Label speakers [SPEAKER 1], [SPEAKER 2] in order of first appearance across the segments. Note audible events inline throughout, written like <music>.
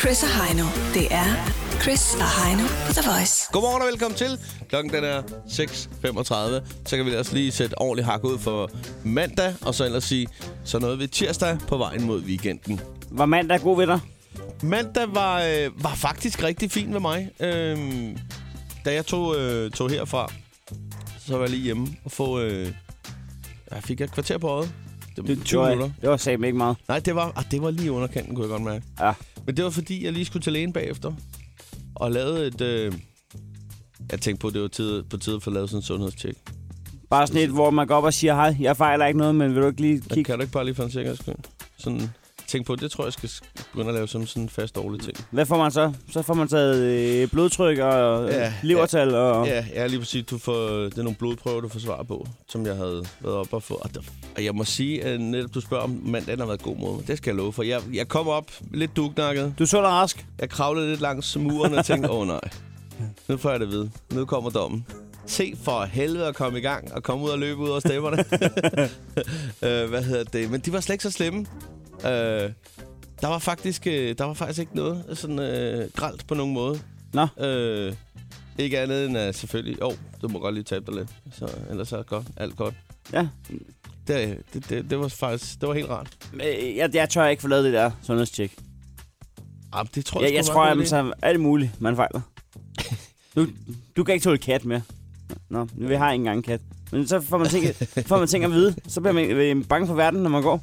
[SPEAKER 1] Chris og Heino. Det er Chris og Heino på The Voice.
[SPEAKER 2] Godmorgen og velkommen til. Klokken den er 6.35. Så kan vi ellers lige sætte ordentligt hak ud for mandag, og så ellers sige, så noget ved tirsdag på vejen mod weekenden.
[SPEAKER 3] Var mandag god ved dig?
[SPEAKER 2] Mandag var, øh, var faktisk rigtig fin med mig. Øhm, da jeg tog, øh, tog herfra, så var jeg lige hjemme og få... Øh, jeg fik et kvarter på øjet. Det var 20
[SPEAKER 3] det var,
[SPEAKER 2] minutter.
[SPEAKER 3] Det var satme ikke meget.
[SPEAKER 2] Nej, det var, ah, det var lige under kanten, kunne jeg godt mærke.
[SPEAKER 3] Ja.
[SPEAKER 2] Men det var fordi, jeg lige skulle til lægen bagefter. Og lavede et... Øh, jeg tænkte på, at det var tid, på tide at få lavet sådan en sundhedstjek.
[SPEAKER 3] Bare sådan et, hvor man går op og siger, hej, jeg fejler ikke noget, men vil du ikke lige
[SPEAKER 2] Kig.
[SPEAKER 3] kigge?
[SPEAKER 2] Kan du ikke bare lige for en sikkerheds skyld? Sådan, tænk på, det tror jeg, jeg skal begynde at lave som sådan en fast årlig ting.
[SPEAKER 3] Hvad får man så? Så får man taget øh, blodtryk og
[SPEAKER 2] Ja,
[SPEAKER 3] ja, levertal og...
[SPEAKER 2] Ja, jeg er lige præcis, du får, det er nogle blodprøver, du får svar på, som jeg havde været oppe og få. Og, der, og jeg må sige, at netop du spørger om mandagen har været god mod mig. Det skal jeg love for. Jeg, jeg kom op lidt dugnakket.
[SPEAKER 3] Du så dig rask.
[SPEAKER 2] Jeg kravlede lidt langs muren og tænkte, åh oh, nej, nu får jeg det ved. Nu kommer dommen. Se for helvede at komme i gang og komme ud og løbe ud over stemmerne. <laughs> øh, hvad hedder det? Men de var slet ikke så slemme. Øh, der var faktisk øh, der var faktisk ikke noget sådan øh, gralt på nogen måde.
[SPEAKER 3] Nå.
[SPEAKER 2] Øh, ikke andet end at selvfølgelig, åh, oh, du må godt lige tabe dig lidt. Så, ellers er godt, alt godt.
[SPEAKER 3] Ja.
[SPEAKER 2] Det, det, det, det, var faktisk, det var helt rart.
[SPEAKER 3] Øh, Jeg, jeg tør ikke få lavet det der sundhedstjek.
[SPEAKER 2] Ah, det tror jeg,
[SPEAKER 3] Jeg, jeg
[SPEAKER 2] sgu
[SPEAKER 3] tror,
[SPEAKER 2] var en
[SPEAKER 3] at
[SPEAKER 2] god
[SPEAKER 3] man
[SPEAKER 2] idé.
[SPEAKER 3] tager alt muligt,
[SPEAKER 2] <laughs>
[SPEAKER 3] man fejler. Du, du kan ikke tåle kat mere. Nå, vi har ikke engang en kat. Men så får man
[SPEAKER 2] <laughs>
[SPEAKER 3] ting, får man ting at vide. Så bliver man øh, bange for verden, når man går.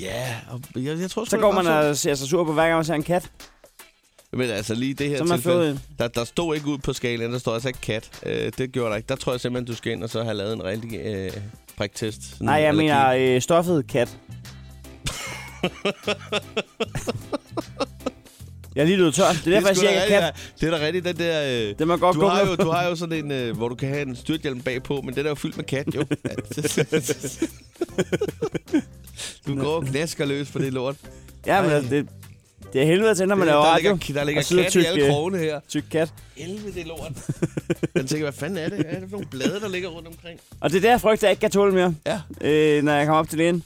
[SPEAKER 2] Ja, og jeg, jeg tror sgu,
[SPEAKER 3] Så
[SPEAKER 2] det
[SPEAKER 3] går
[SPEAKER 2] var
[SPEAKER 3] man
[SPEAKER 2] sådan.
[SPEAKER 3] og ser sig sur på, hver gang man ser en kat.
[SPEAKER 2] Men altså lige i det her
[SPEAKER 3] Så
[SPEAKER 2] så
[SPEAKER 3] har man
[SPEAKER 2] tilfælde,
[SPEAKER 3] fået
[SPEAKER 2] der, der stod ikke ud på skalaen, der stod altså ikke kat. Øh, det gjorde der ikke. Der tror jeg simpelthen, du skal ind og så have lavet en rigtig øh, priktest. Sådan
[SPEAKER 3] Nej,
[SPEAKER 2] en
[SPEAKER 3] jeg
[SPEAKER 2] allergi.
[SPEAKER 3] mener øh, stoffet kat.
[SPEAKER 2] <laughs>
[SPEAKER 3] jeg er lige blevet tør. Det er
[SPEAKER 2] Det
[SPEAKER 3] derfor,
[SPEAKER 2] er,
[SPEAKER 3] jeg
[SPEAKER 2] sgu da
[SPEAKER 3] siger,
[SPEAKER 2] rigtigt,
[SPEAKER 3] jeg kat.
[SPEAKER 2] ja. det er da rigtigt, den der... Øh,
[SPEAKER 3] Det må godt
[SPEAKER 2] du,
[SPEAKER 3] gå
[SPEAKER 2] har
[SPEAKER 3] med.
[SPEAKER 2] jo, du har jo sådan en, øh, hvor du kan have en styrthjelm bagpå, men den er jo fyldt med kat,
[SPEAKER 3] <laughs>
[SPEAKER 2] jo. du går og gnasker løs på det lort.
[SPEAKER 3] Ja, men
[SPEAKER 2] Ej.
[SPEAKER 3] altså, det, det er helvede til, når man
[SPEAKER 2] der,
[SPEAKER 3] laver radio.
[SPEAKER 2] ligger, der ligger
[SPEAKER 3] og sidder
[SPEAKER 2] kat i
[SPEAKER 3] tyk,
[SPEAKER 2] alle
[SPEAKER 3] øh,
[SPEAKER 2] krogene her.
[SPEAKER 3] Tyk kat.
[SPEAKER 2] Helvede, det lort. Jeg tænker, hvad fanden er det? Hvad er det for nogle blade, der ligger rundt omkring?
[SPEAKER 3] Og det er der jeg frygter, jeg ikke kan tåle mere,
[SPEAKER 2] Ja.
[SPEAKER 3] øh, når jeg kommer op til lægen.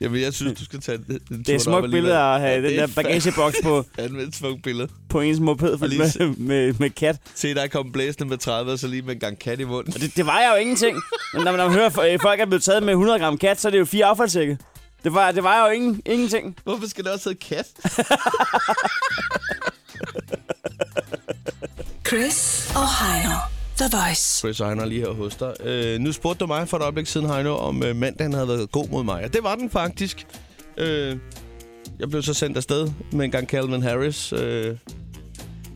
[SPEAKER 2] Jamen, jeg synes, du skal tage en, en
[SPEAKER 3] Det er et smukt billede at have
[SPEAKER 2] Ja,
[SPEAKER 3] den
[SPEAKER 2] det er
[SPEAKER 3] der
[SPEAKER 2] fa-
[SPEAKER 3] bagageboks på,
[SPEAKER 2] Anvend et smukt billede.
[SPEAKER 3] på ens moped
[SPEAKER 2] Og lige
[SPEAKER 3] med, med, med kat.
[SPEAKER 2] Se dig komme blæsende med 30, og så lige med en gang kat i munden. <laughs>
[SPEAKER 3] Og det, det var jeg jo ingenting. Men når man, når man hører, at folk er blevet taget med 100 gram kat, så er det jo fire affaldssække. Det var, det var jo ingen, ingenting.
[SPEAKER 2] Hvorfor skal der også hedde kat?
[SPEAKER 1] Chris og Heino. The Voice.
[SPEAKER 2] Chris og Heino er lige her hos dig. Øh, nu spurgte du mig for et øjeblik siden, Heino, om øh, mandagen havde været god mod mig. Og det var den faktisk. Øh, jeg blev så sendt afsted med en gang Calvin Harris. Øh,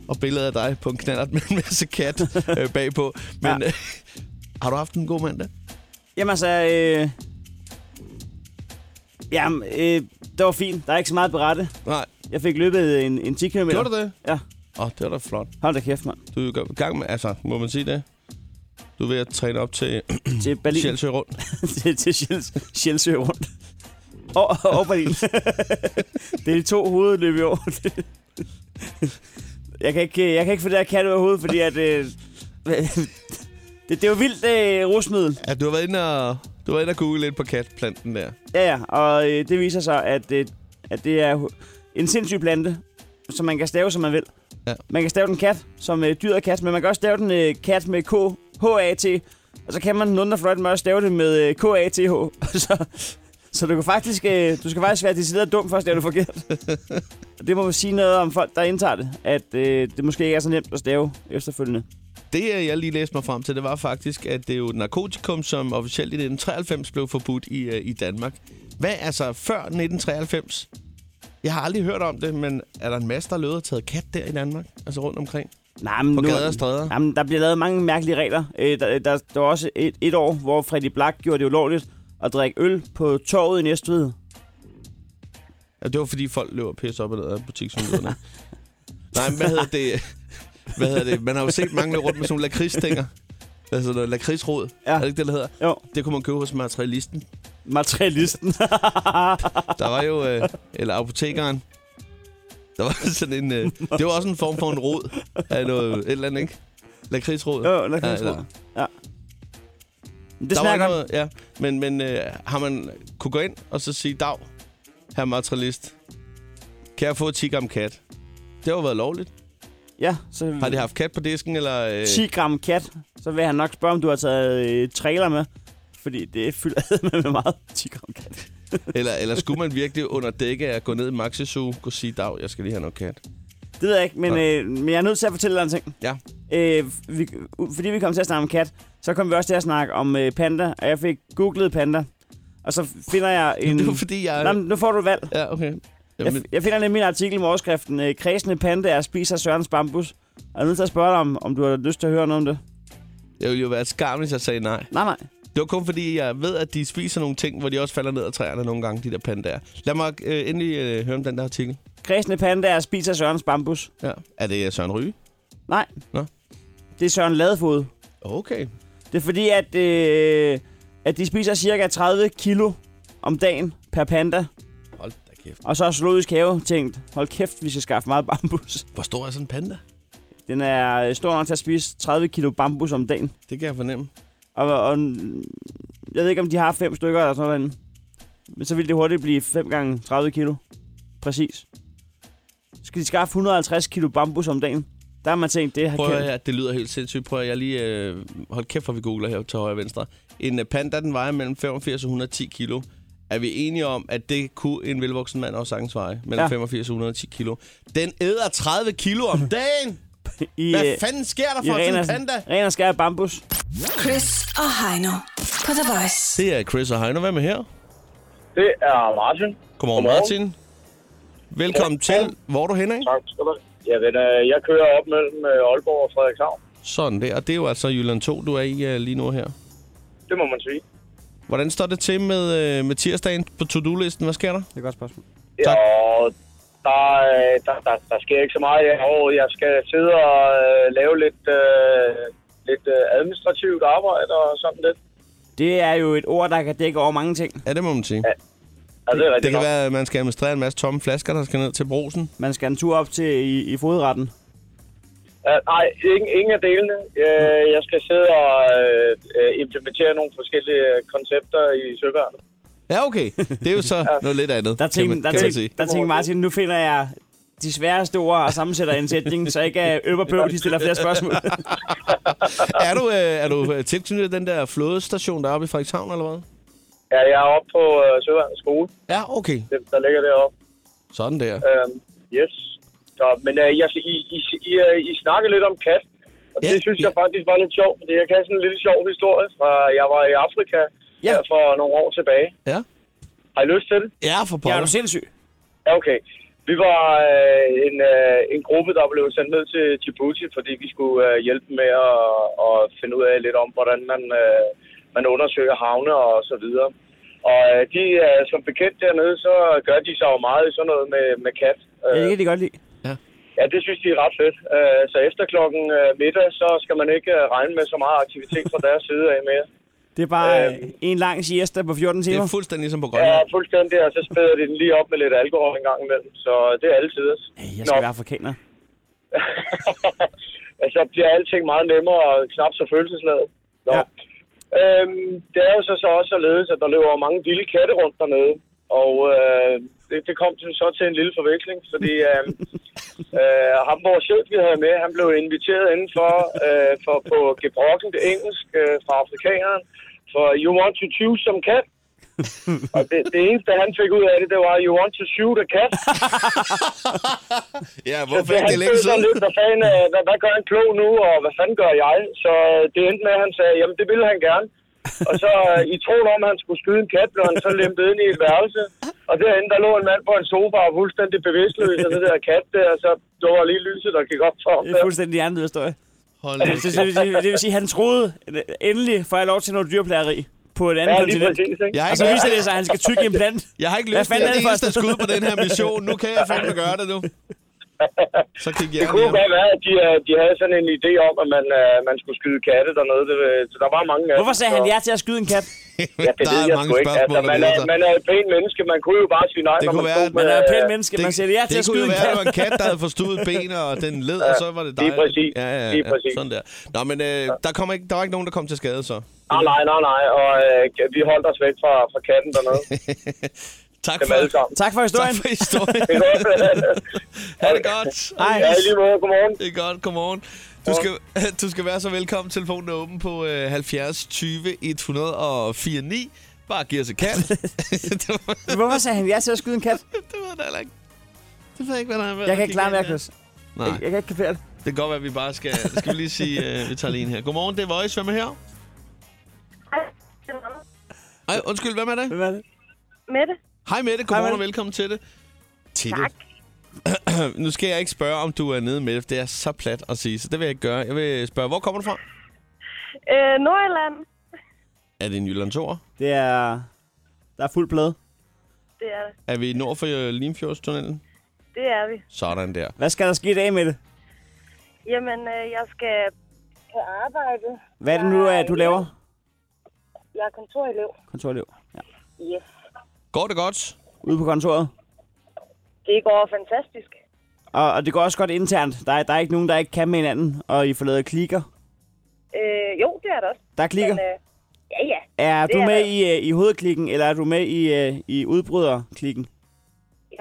[SPEAKER 2] og billedet af dig på en knallert med en masse
[SPEAKER 3] <laughs>
[SPEAKER 2] kat øh, bagpå. Men ja.
[SPEAKER 3] Ja.
[SPEAKER 2] øh, har du haft en god mandag?
[SPEAKER 3] Jamen altså, øh... Jamen, øh, det var fint. Der er ikke så meget at berette.
[SPEAKER 2] Nej.
[SPEAKER 3] Jeg fik løbet en, en 10 km.
[SPEAKER 2] Gjorde du det? Mm.
[SPEAKER 3] Ja.
[SPEAKER 2] Åh, oh, det var da flot.
[SPEAKER 3] Hold da kæft, mand.
[SPEAKER 2] Du er i gang med, altså, må man sige det? Du er ved at træne op til
[SPEAKER 3] Til Berlin.
[SPEAKER 2] Sjælsø rundt.
[SPEAKER 3] <laughs> til til Sjæls- Sjælsø rundt. Og, og,
[SPEAKER 2] <laughs>
[SPEAKER 3] og Berlin. det er de to hovedløb i år. jeg, kan ikke, jeg kan ikke få det her kat ud af hovedet, fordi at... Øh, <laughs> det, det er jo vildt øh, rusmiddel.
[SPEAKER 2] Ja, du har været inde og, du har været inde og google lidt på katplanten der.
[SPEAKER 3] Ja, ja. Og øh, det viser sig, at, øh, at det er hu- en sindssyg plante, som man kan stave, som man vil.
[SPEAKER 2] Ja.
[SPEAKER 3] Man kan stave den kat, som øh, dyret kat, men man kan også stave den øh, kat med K, H-A-T. Og så kan man den under fløjten også stave det med øh, K-A-T-H. <laughs> så, så du, kan faktisk, øh, du skal faktisk være decideret dum for at stave det forkert. Og det må man sige noget om folk, der indtager det, at øh, det måske ikke er så nemt at stave efterfølgende.
[SPEAKER 2] Det, øh, jeg lige læste mig frem til, det var faktisk, at det er jo et narkotikum, som officielt i 1993 blev forbudt i, øh, i Danmark. Hvad, altså før 1993? Jeg har aldrig hørt om det, men er der en masse, der lød og taget kat der i Danmark? Altså rundt omkring?
[SPEAKER 3] Nej, men
[SPEAKER 2] På
[SPEAKER 3] nu,
[SPEAKER 2] gader og stræder?
[SPEAKER 3] Jamen, der bliver lavet mange mærkelige regler. Øh, der, der, der var også et, et år, hvor Freddy Black gjorde det ulovligt at drikke øl på torvet i Næstved.
[SPEAKER 2] Ja, det var fordi folk løber pisse op og ned af butiksvinduerne.
[SPEAKER 3] <laughs>
[SPEAKER 2] Nej, men hvad hedder det? Hvad hedder det? Man har jo set mange løbe rundt med sådan nogle lakridsstænger. Altså noget lakridsrod.
[SPEAKER 3] Ja.
[SPEAKER 2] Er det ikke det, der hedder?
[SPEAKER 3] Jo,
[SPEAKER 2] Det kunne man købe hos materialisten.
[SPEAKER 3] materialisten.
[SPEAKER 2] Der var jo... Øh, eller apotekeren. Der var <laughs> sådan en... Øh, det var også en form for en rod af noget et eller andet, ikke? Lakridsrod.
[SPEAKER 3] <laughs> jo, der kan
[SPEAKER 2] Ja,
[SPEAKER 3] jeg tro.
[SPEAKER 2] eller-
[SPEAKER 3] Det
[SPEAKER 2] Der var
[SPEAKER 3] snakker om.
[SPEAKER 2] noget- Ja, men, men øh, har man kunne gå ind og så sige, Dag, herr materialist, kan jeg få 10 gram kat? Det har jo været lovligt.
[SPEAKER 3] Ja, så
[SPEAKER 2] Mm. Har de haft kat på disken, eller... Øh,
[SPEAKER 3] 10 gram kat, så vil han nok spørge, om du har taget øh, trailer med. Fordi det fylder <laughs> med, med meget 10 gram kat.
[SPEAKER 2] eller, eller skulle man virkelig under dække af at gå ned i Maxi Zoo, gå og sige, Dag, jeg skal lige have noget kat?
[SPEAKER 3] Det ved jeg ikke, men,
[SPEAKER 2] Nå.
[SPEAKER 3] øh, men jeg er nødt til at fortælle dig en ting.
[SPEAKER 2] Ja.
[SPEAKER 3] Øh, vi, u- fordi vi kom til at snakke om kat, så kom vi også til at snakke om øh, panda, og jeg fik googlet panda. Og så finder jeg en...
[SPEAKER 2] <laughs> Det var fordi, jeg...
[SPEAKER 3] Nå, men nu får du et valg.
[SPEAKER 2] Ja, okay.
[SPEAKER 3] Jeg,
[SPEAKER 2] Jamen,
[SPEAKER 3] jeg finder nemlig en artikel med overskriften øh, Kredsende pandaer spiser Sørens bambus. Og jeg er nødt til at spørge dig, om, om du har lyst til at høre noget om det.
[SPEAKER 2] jeg ville jo være et skam, hvis jeg sagde nej.
[SPEAKER 3] Nej, nej.
[SPEAKER 2] Det var kun fordi, jeg ved, at de spiser nogle ting, hvor de også falder ned af træerne nogle gange, de der pandaer. Lad mig øh, endelig øh, høre om den der artikel.
[SPEAKER 3] Kredsende pandaer spiser Sørens bambus.
[SPEAKER 2] Ja. Er det øh, Søren Ryge?
[SPEAKER 3] Nej.
[SPEAKER 2] Nå.
[SPEAKER 3] Det er Søren Ladefod.
[SPEAKER 2] Okay.
[SPEAKER 3] Det er fordi, at, øh, at de spiser cirka 30 kilo om dagen per panda.
[SPEAKER 2] Hold da kæft.
[SPEAKER 3] Og så har Zoologisk Have tænkt, hold kæft, vi skal skaffe meget bambus. <laughs>
[SPEAKER 2] Hvor stor er sådan en panda?
[SPEAKER 3] Den er øh, stor nok til at spise 30 kilo bambus om dagen.
[SPEAKER 2] Det kan jeg fornemme.
[SPEAKER 3] Og, og mm, jeg ved ikke, om de har fem stykker eller sådan noget. Men så vil det hurtigt blive 5 gange 30 kilo. Præcis. Så Skal de skaffe 150 kilo bambus om dagen? Der har man tænkt, det har
[SPEAKER 2] Prøv at høre
[SPEAKER 3] kæft.
[SPEAKER 2] her, det lyder helt sindssygt. Prøv at jeg lige... Øh, hold kæft, for vi googler her til højre og venstre. En øh, panda, den vejer mellem 85 og 110 kilo. Er vi enige om, at det kunne en velvoksen mand også sagtens veje? Mellem
[SPEAKER 3] Ja.
[SPEAKER 2] ja. 85 og 110 kilo. Den æder 30 kilo
[SPEAKER 3] <laughs>
[SPEAKER 2] om dagen!
[SPEAKER 3] I,
[SPEAKER 2] Hvad
[SPEAKER 3] øh,
[SPEAKER 2] fanden sker der
[SPEAKER 3] i
[SPEAKER 2] for sådan en
[SPEAKER 3] ren,
[SPEAKER 2] panda?
[SPEAKER 3] og- ren og skær bambus.
[SPEAKER 1] Chris og Heino på The Voice.
[SPEAKER 2] Det er Chris og Heino. Hvem er her?
[SPEAKER 4] Det er Martin.
[SPEAKER 2] Godmorgen,
[SPEAKER 4] Godmorgen.
[SPEAKER 2] Martin. Velkommen
[SPEAKER 4] Ja.
[SPEAKER 2] til. Hvor er du henne? af?
[SPEAKER 4] Tak skal du have. Jamen, øh, jeg kører op mellem øh, Aalborg og Frederikshavn.
[SPEAKER 2] Sådan der. Og det er jo altså Jylland 2, du er i øh, lige nu her.
[SPEAKER 4] Det må man sige.
[SPEAKER 2] Hvordan står det til med, øh, med tirsdagen på to-do-listen? Hvad sker der?
[SPEAKER 3] Det er et godt spørgsmål.
[SPEAKER 4] Ja,
[SPEAKER 2] Tak.
[SPEAKER 4] og der, øh, der, der, der sker ikke så meget i år. Jeg skal sidde og øh, lave lidt, øh, lidt øh, administrativt arbejde og sådan lidt.
[SPEAKER 3] Det er jo et ord, der kan dække over mange ting.
[SPEAKER 2] Ja, det må man sige.
[SPEAKER 4] Altså, det, er
[SPEAKER 2] Det
[SPEAKER 4] rigtigt
[SPEAKER 2] kan
[SPEAKER 4] nok.
[SPEAKER 2] være, at man skal administrere en masse tomme flasker, der skal ned til brosen.
[SPEAKER 3] Man skal en tur op til i, i fodretten.
[SPEAKER 4] Ja, nej, ingen, ingen af delene. Øh,
[SPEAKER 2] Mm.
[SPEAKER 4] jeg skal sidde og øh, øh, implementere nogle forskellige øh, koncepter i Søværnet.
[SPEAKER 2] Ja, okay. Det er jo
[SPEAKER 4] <laughs>
[SPEAKER 2] så noget lidt andet,
[SPEAKER 3] Der
[SPEAKER 2] kan
[SPEAKER 3] tænkte,
[SPEAKER 2] man,
[SPEAKER 3] der
[SPEAKER 2] kan man sige.
[SPEAKER 3] tænkte, der tænkte Martin, nu finder jeg de sværeste ord og sammensætter en sætning, så ikke er øb og bøv, de stiller flere
[SPEAKER 2] <laughs>
[SPEAKER 3] spørgsmål.
[SPEAKER 2] Er du, øh, er du øh, tilknyttet den der flådestation, der er oppe i Frederikshavn, eller hvad?
[SPEAKER 4] Ja, jeg er oppe på øh, Søværnets skole,
[SPEAKER 2] Ja, okay.
[SPEAKER 4] Det- der ligger deroppe.
[SPEAKER 2] Sådan der.
[SPEAKER 4] Øhm, yes. Så, men øh, jeg, I, I, I, øh, I snakkede lidt om kat, og
[SPEAKER 2] Ja,
[SPEAKER 4] det synes jeg
[SPEAKER 2] ja.
[SPEAKER 4] faktisk var lidt sjovt, fordi jeg kan sådan en lille sjov historie fra, jeg var i Afrika
[SPEAKER 3] Ja.
[SPEAKER 4] ja. for nogle år tilbage.
[SPEAKER 2] Ja.
[SPEAKER 4] Har I lyst til det?
[SPEAKER 2] Ja, for
[SPEAKER 3] Ja, er du
[SPEAKER 2] pokker.
[SPEAKER 3] sindssyg?
[SPEAKER 4] Ja, okay. Vi var øh, en, øh, en gruppe, der blev sendt ned til Djibouti, fordi vi skulle øh, hjælpe med at, at finde ud af lidt om, hvordan man, øh, man undersøger havne og så videre. Og øh, de, øh, som bekendt dernede, så gør de sig jo meget i sådan noget med, med kat.
[SPEAKER 3] Ja,
[SPEAKER 4] Øh,
[SPEAKER 3] det kan de godt lide.
[SPEAKER 4] Ja, det synes de er ret fedt. Øh, Så efter klokken øh, middag, så skal man ikke øh, regne med så meget aktivitet fra deres side af mere.
[SPEAKER 3] Det er bare øh,
[SPEAKER 4] Øhm.
[SPEAKER 3] en lang siesta på 14
[SPEAKER 2] Det er
[SPEAKER 3] timer.
[SPEAKER 2] fuldstændig som på
[SPEAKER 4] Ja,
[SPEAKER 2] Grønland.
[SPEAKER 4] fuldstændig, og så spæder de den lige op med lidt alkohol en gang imellem. Så det er altid.
[SPEAKER 3] Ej, Jeg skal
[SPEAKER 4] Nå.
[SPEAKER 3] være afrikaner.
[SPEAKER 4] <laughs> altså, bliver alting meget nemmere og knap så følelsesladet. Nå.
[SPEAKER 3] Ja.
[SPEAKER 4] Ja. Øhm, det er jo så, så også således, at der løber mange vilde katte rundt dernede. Og øh, det, det kom til, så til en lille forveksling, fordi øh, øh, ham, vores chef, vi havde med, han blev inviteret indenfor øh, for, på gebrokkent engelsk øh, fra afrikaneren. For you want to choose some cat? og det, det eneste, han fik ud af det, det var, you want to shoot a cat?
[SPEAKER 2] Ja,
[SPEAKER 4] Så
[SPEAKER 2] hvorfor
[SPEAKER 4] det,
[SPEAKER 2] ikke
[SPEAKER 4] Altså, han
[SPEAKER 2] det er længe
[SPEAKER 4] følte sig
[SPEAKER 2] siden?
[SPEAKER 4] lidt, hvad, fanden, øh, hvad, hvad gør en klog nu, og hvad fanden gør jeg? Så øh, det endte med, at han sagde, jamen det ville han gerne. og så øh, i troen om, at han skulle skyde en kat, blev han så lempet ind i et værelse. Og derinde, der lå en mand på en sofa og fuldstændig bevidstløs, og det der kat der, så det var lige lyset, der gik op for ham.
[SPEAKER 3] Det
[SPEAKER 4] der.
[SPEAKER 3] er fuldstændig anden historie.
[SPEAKER 2] Hold da
[SPEAKER 3] Det,
[SPEAKER 2] kæft.
[SPEAKER 3] det, det, det vil sige, at han troede, øh, endelig får jeg lov til noget dyrplageri på et andet
[SPEAKER 4] Ja, lige
[SPEAKER 3] kontinent.
[SPEAKER 4] præcis, ikke?
[SPEAKER 2] Jeg har
[SPEAKER 3] Og så
[SPEAKER 2] ikke,
[SPEAKER 3] viser det sig, at han skal tykke en plant.
[SPEAKER 2] jeg har ikke
[SPEAKER 3] Hvad
[SPEAKER 2] lyst til
[SPEAKER 3] fanden er
[SPEAKER 2] at
[SPEAKER 3] det for
[SPEAKER 2] eneste
[SPEAKER 3] et-
[SPEAKER 2] skud på den her mission. Nu kan jeg fandme gøre
[SPEAKER 4] <laughs>
[SPEAKER 2] det nu. Så kig jeg
[SPEAKER 4] Det kunne jo godt være, at de, øh, de havde sådan en idé om, at man, øh, man skulle skyde katte dernede. Det, øh, så der var mange af
[SPEAKER 3] Hvorfor
[SPEAKER 4] dem,
[SPEAKER 3] sagde han
[SPEAKER 4] så-
[SPEAKER 3] ja til at skyde en kat?
[SPEAKER 2] <laughs>
[SPEAKER 4] Ja, det
[SPEAKER 2] Der
[SPEAKER 4] ved
[SPEAKER 2] er
[SPEAKER 4] jeg
[SPEAKER 2] mange
[SPEAKER 4] sgu ikke.
[SPEAKER 2] spørgsmål,
[SPEAKER 4] Altså,
[SPEAKER 2] der
[SPEAKER 4] man, er,
[SPEAKER 2] leder sig.
[SPEAKER 4] man er et pænt menneske. Man kunne jo bare sige nej,
[SPEAKER 2] Det
[SPEAKER 4] når
[SPEAKER 2] kunne
[SPEAKER 4] man
[SPEAKER 2] være,
[SPEAKER 4] stod
[SPEAKER 2] at
[SPEAKER 4] med...
[SPEAKER 3] Man er et pænt
[SPEAKER 4] øh,
[SPEAKER 3] menneske, man siger ja til at
[SPEAKER 2] det kunne
[SPEAKER 3] skyde
[SPEAKER 2] jo
[SPEAKER 3] en
[SPEAKER 2] være, at
[SPEAKER 3] kat.
[SPEAKER 2] det var en kat, der havde
[SPEAKER 3] <laughs>
[SPEAKER 2] forstudet ben, og den led, og så var det dig.
[SPEAKER 4] lige præcis.
[SPEAKER 2] Ja, ja, ja,
[SPEAKER 4] Lige præcis.
[SPEAKER 2] Sådan der. Nå, men øh, der, kom ikke, der var ikke nogen, der kom til skade, så. <laughs>
[SPEAKER 4] Nej, nej, nej, nej. Og øh, vi holdt os væk fra, fra katten
[SPEAKER 2] <laughs>
[SPEAKER 4] dernede.
[SPEAKER 2] Tak
[SPEAKER 4] Dem
[SPEAKER 2] for,
[SPEAKER 4] alle <laughs> sammen.
[SPEAKER 3] Tak for
[SPEAKER 2] tak
[SPEAKER 3] historien.
[SPEAKER 2] for historien.
[SPEAKER 4] Det er godt.
[SPEAKER 2] ha' det godt.
[SPEAKER 3] Hej.
[SPEAKER 4] ja, i lige måde. Godmorgen.
[SPEAKER 2] Det er godt, godmorgen. Du skal, <laughs> du skal være så velkommen. Telefonen er åben på øh, 70 20 104 9. Bare giv os et
[SPEAKER 3] <laughs>
[SPEAKER 2] kald. det, var,
[SPEAKER 3] Hvorfor sagde han ja til at skyde en kat?
[SPEAKER 2] det var da heller ikke. Det ved jeg ikke, hvad der er med.
[SPEAKER 3] Jeg kan ikke klare mærkes.
[SPEAKER 2] Nej,
[SPEAKER 3] Jeg, jeg kan ikke kapere det.
[SPEAKER 2] det kan godt være, at vi bare skal... Skal vi lige sige, øh, vi tager lige en her. Godmorgen, det er Voice. Hvem er her? Ej, undskyld, hvem er det?
[SPEAKER 3] Hvem er det?
[SPEAKER 5] Mette?
[SPEAKER 2] Hej Mette, godmorgen og
[SPEAKER 3] Mette.
[SPEAKER 2] velkommen til det. Til det.
[SPEAKER 5] Tak.
[SPEAKER 2] <clears throat> nu skal jeg ikke spørge, om du er nede med det. Det er så plat at sige, så det vil jeg ikke gøre. Jeg vil spørge, hvor kommer du fra?
[SPEAKER 5] Øh, Nordjylland.
[SPEAKER 2] Er det en Jyllandsord?
[SPEAKER 3] Det er... Der er fuld plade.
[SPEAKER 5] Det er,
[SPEAKER 2] Er vi nord for øh, Limfjordstunnelen?
[SPEAKER 5] det er vi.
[SPEAKER 2] Sådan der.
[SPEAKER 3] Hvad skal der ske i dag med det?
[SPEAKER 5] Jamen, øh, jeg skal på arbejde.
[SPEAKER 3] Hvad er det nu, at du laver?
[SPEAKER 5] Jeg er kontorelev.
[SPEAKER 3] Kontorelev. Ja.
[SPEAKER 5] Yes.
[SPEAKER 2] Går det godt?
[SPEAKER 3] Ude på kontoret.
[SPEAKER 5] Det går fantastisk.
[SPEAKER 3] Og, og det går også godt internt. Der er, der er ikke nogen, der ikke kan med hinanden, og I får lavet klikker.
[SPEAKER 5] Øh, jo, det er det også.
[SPEAKER 3] Der er klikker.
[SPEAKER 5] øh, ja, ja.
[SPEAKER 3] Er
[SPEAKER 5] det
[SPEAKER 3] du
[SPEAKER 5] er
[SPEAKER 3] med
[SPEAKER 5] der.
[SPEAKER 3] i, øh, i hovedklikken, eller er du med i, øh, i udbryderklikken?
[SPEAKER 5] Ja.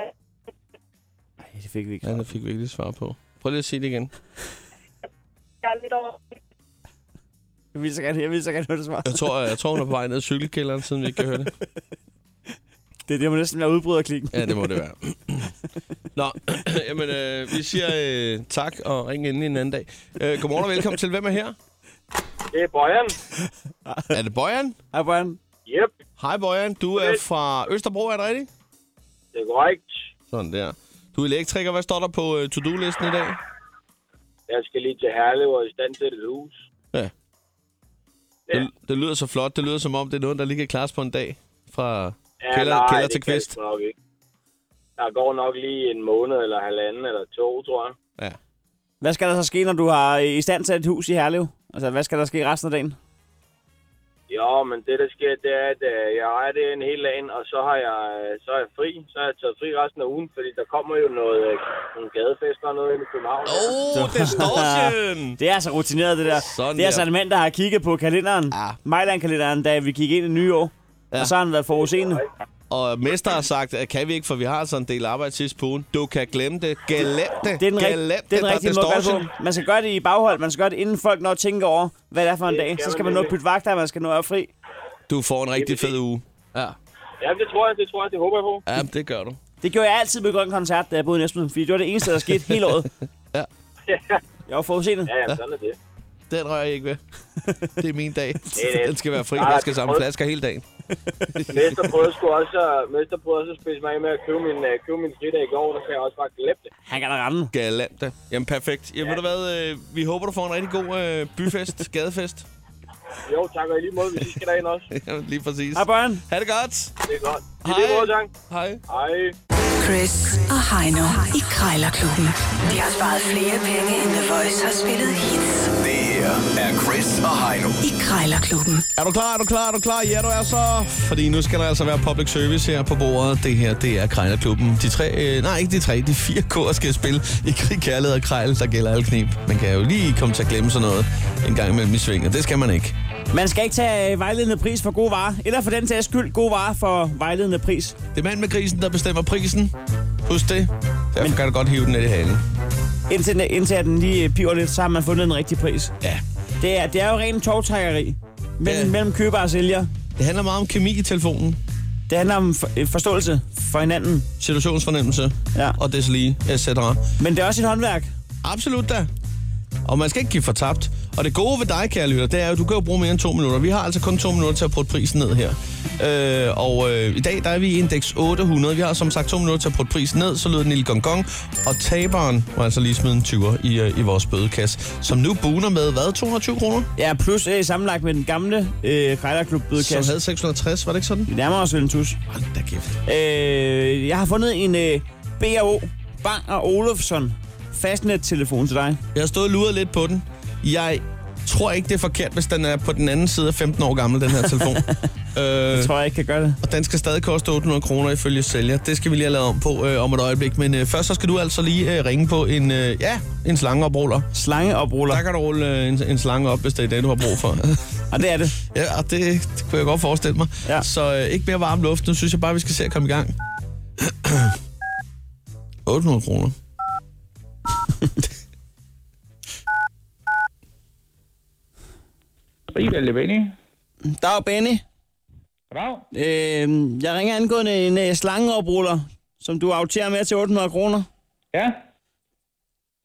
[SPEAKER 3] Nej, det fik vi ikke.
[SPEAKER 2] Ja, det fik vi ikke lige svar på. Prøv lige at sige det igen.
[SPEAKER 5] Jeg er lidt over...
[SPEAKER 3] Jeg vil så gerne, jeg vil så gerne høre det svar.
[SPEAKER 2] Jeg tror, jeg, jeg tror hun er på vej ned i cykelkælderen, siden vi ikke kan høre det.
[SPEAKER 3] Det, det må næsten være udbryderklikken.
[SPEAKER 2] Ja, det må det være. Nå, <clears throat> jamen, øh, vi siger øh, tak og ring ind en anden dag. Øh, godmorgen og velkommen til. Hvem er her?
[SPEAKER 4] Det er Brian.
[SPEAKER 2] Er det Bøjan?
[SPEAKER 3] Hej, Brian.
[SPEAKER 4] Yep,
[SPEAKER 2] Hej Bøjan, du er fra Østerbro, er det rigtigt?
[SPEAKER 4] det er korrekt.
[SPEAKER 2] Sådan der. Du er elektriker. Hvad står der på øh, to-do-listen i dag?
[SPEAKER 4] Jeg skal lige til Herlev og i stand til et hus.
[SPEAKER 2] Ja. Det, det lyder så flot. Det lyder som om, det er noget, der lige kan klares på en dag. Fra kælder,
[SPEAKER 4] nej,
[SPEAKER 2] kælder
[SPEAKER 4] det
[SPEAKER 2] til
[SPEAKER 4] kan
[SPEAKER 2] kvist.
[SPEAKER 4] sgu Nok ikke. Der går nok lige en måned eller halvanden eller to, tror jeg.
[SPEAKER 2] Ja.
[SPEAKER 3] Hvad skal der så ske, når du har i stand sat et hus i Herlev? Altså, hvad skal der ske resten af dagen?
[SPEAKER 4] Jo, men det der sker, det er, at øh, jeg ejer det en hel dag, og så har jeg, øh, så er jeg fri. Så har jeg taget fri resten af ugen, fordi der kommer jo noget, øh, nogle gadefester og noget ind i København.
[SPEAKER 2] Åh, oh, distortion!
[SPEAKER 3] Det er altså rutineret, det der.
[SPEAKER 2] Sådan
[SPEAKER 3] det er
[SPEAKER 2] der.
[SPEAKER 3] altså en mand, der har kigget på kalenderen.
[SPEAKER 2] Ah.
[SPEAKER 3] Mejland-kalenderen, da vi gik ind i nye år.
[SPEAKER 2] Ja.
[SPEAKER 3] Ja. Og så har han været forudseende.
[SPEAKER 2] <laughs> Og mester har sagt, at kan vi ikke, for vi har sådan en del arbejde sidst på ugen. Du kan glemme det. Glem det.
[SPEAKER 3] Det er den,
[SPEAKER 2] Glem
[SPEAKER 3] rig- det er den
[SPEAKER 2] Der
[SPEAKER 3] rigtige måde at gøre det på. Man skal gøre det i baghold. Man skal gøre det, inden folk når at tænke over, hvad det er for en dag.
[SPEAKER 4] skal
[SPEAKER 3] Så skal man
[SPEAKER 4] man
[SPEAKER 3] nå at
[SPEAKER 4] nemlig.
[SPEAKER 3] bytte vagter, og man skal nå at være fri.
[SPEAKER 2] Du får en rigtig fed uge. Ja.
[SPEAKER 4] Ja, det tror jeg, det tror jeg, det håber jeg på.
[SPEAKER 2] Ja, det gør du.
[SPEAKER 3] Det gjorde jeg altid med Grøn Koncert, da jeg boede i Næstved, fordi det var det eneste, der skete hele
[SPEAKER 2] <laughs>
[SPEAKER 3] året.
[SPEAKER 2] Ja.
[SPEAKER 3] Jeg var forudseende.
[SPEAKER 4] Ja, jamen, sådan er det.
[SPEAKER 2] Den rører jeg ikke
[SPEAKER 3] <laughs>
[SPEAKER 2] ved. Det er min dag.
[SPEAKER 4] det.
[SPEAKER 2] Den skal være fri.
[SPEAKER 4] Nej,
[SPEAKER 2] Jeg skal samle
[SPEAKER 4] prøv.
[SPEAKER 2] flasker hele dagen.
[SPEAKER 4] Mester prøvede sgu også, mester prøvede også at spise mig af med at købe min, øh, købe min fridag i går, der kan jeg også bare glemme det.
[SPEAKER 3] Han kan da ramme.
[SPEAKER 2] Galant det. Jamen, perfekt. Jamen, ved du hvad? øh, Vi håber, du får en rigtig god øh, <laughs> byfest, gadefest.
[SPEAKER 4] Jo, tak, og i lige måde, hvis I skal derind også.
[SPEAKER 2] Jamen, Lige præcis.
[SPEAKER 3] Hej, Brian.
[SPEAKER 2] Ha' det godt.
[SPEAKER 4] Det er godt. I
[SPEAKER 2] Hej.
[SPEAKER 4] lige måde, tak.
[SPEAKER 2] Hej.
[SPEAKER 4] Hej.
[SPEAKER 1] Chris og Heino i Krejlerklubben. De har sparet flere penge, end The Voice har spillet hits
[SPEAKER 6] Det her er Chris og Heino.
[SPEAKER 1] i Krejlerklubben.
[SPEAKER 2] Er du klar? Er du klar? Er du klar? Ja, du er så. Fordi nu skal der altså være public service her på bordet. Det her, det er Krejlerklubben. De tre, øh, nej ikke de tre, de fire kår skal spille i krig, kærlighed og krejl, der gælder alle knep. Man kan jo lige komme til at glemme sådan noget en gang imellem i svinget. Det skal man ikke.
[SPEAKER 3] Man skal ikke tage øh, vejledende pris for gode varer, eller for den sags skyld gode varer for vejledende pris.
[SPEAKER 2] Det er mand med grisen, der bestemmer prisen. Husk det. Derfor Men... kan du godt hive den ned i halen.
[SPEAKER 3] Indtil, den- indtil at den lige øh, piver lidt, så har man fundet den rigtige pris.
[SPEAKER 2] Ja.
[SPEAKER 3] Det er, det er jo ren tovtrækkeri mellem,
[SPEAKER 2] Ja.
[SPEAKER 3] ja. mellem køber og sælger.
[SPEAKER 2] Det handler meget om kemi i telefonen.
[SPEAKER 3] Det handler om for, øh, forståelse for hinanden,
[SPEAKER 2] Situationsfornemmelse.
[SPEAKER 3] Ja.
[SPEAKER 2] Og deslige, etc.
[SPEAKER 3] men det er også et håndværk.
[SPEAKER 2] Absolut da. Og man skal ikke give for tabt. Og det gode ved dig, kære lytter, det er jo, at du kan jo bruge mere end to minutter. Vi har altså kun to minutter til at putte prisen ned her. Øh, og øh, i dag, der er vi i indeks 800. Vi har som sagt to minutter til at putte prisen ned, så lyder den lille gong gong. Og taberen må altså lige smide en 20'er i, øh, i vores bødekasse, som nu buner med, hvad, 220 kroner?
[SPEAKER 3] Ja, plus øh, sammenlagt med den gamle øh, Krejlerklub-bødekasse.
[SPEAKER 2] Som havde 660, var det ikke sådan?
[SPEAKER 3] Vi nærmer os vel en tus.
[SPEAKER 2] Hold da kæft.
[SPEAKER 3] Øh, jeg har fundet en øh, B&O Bang og Olufsson fastnet-telefon til dig.
[SPEAKER 2] Jeg har stået og luret lidt på den.
[SPEAKER 3] <laughs>
[SPEAKER 2] Jeg tror ikke, det er forkert, hvis den er på den anden side af 15 år gammel, den her telefon. Øh,
[SPEAKER 3] Jeg tror, jeg ikke kan gøre det.
[SPEAKER 2] og den skal stadig koste 800 kroner ifølge sælger. Det skal vi lige have lavet om på øh, om et øjeblik. Men øh, først så skal du altså lige øh, ringe på en, øh, ja, en slangeopruller.
[SPEAKER 3] Slangeopruller.
[SPEAKER 2] Der kan du rulle øh, en, en slange op, hvis det er det, du har
[SPEAKER 3] <laughs>
[SPEAKER 2] brug for.
[SPEAKER 3] Og det er det.
[SPEAKER 2] ja, og det, det kunne jeg godt forestille mig.
[SPEAKER 3] Ja.
[SPEAKER 2] Så øh, ikke mere varm luft. Nu synes jeg bare, vi skal se at komme i gang. <clears throat> 800 kroner.
[SPEAKER 7] Frida Leveni.
[SPEAKER 3] Der er Benny.
[SPEAKER 7] Goddag.
[SPEAKER 3] Øh, jeg ringer angående en øh, slangeopruller, som du aftager med til 800 kroner.
[SPEAKER 7] Ja,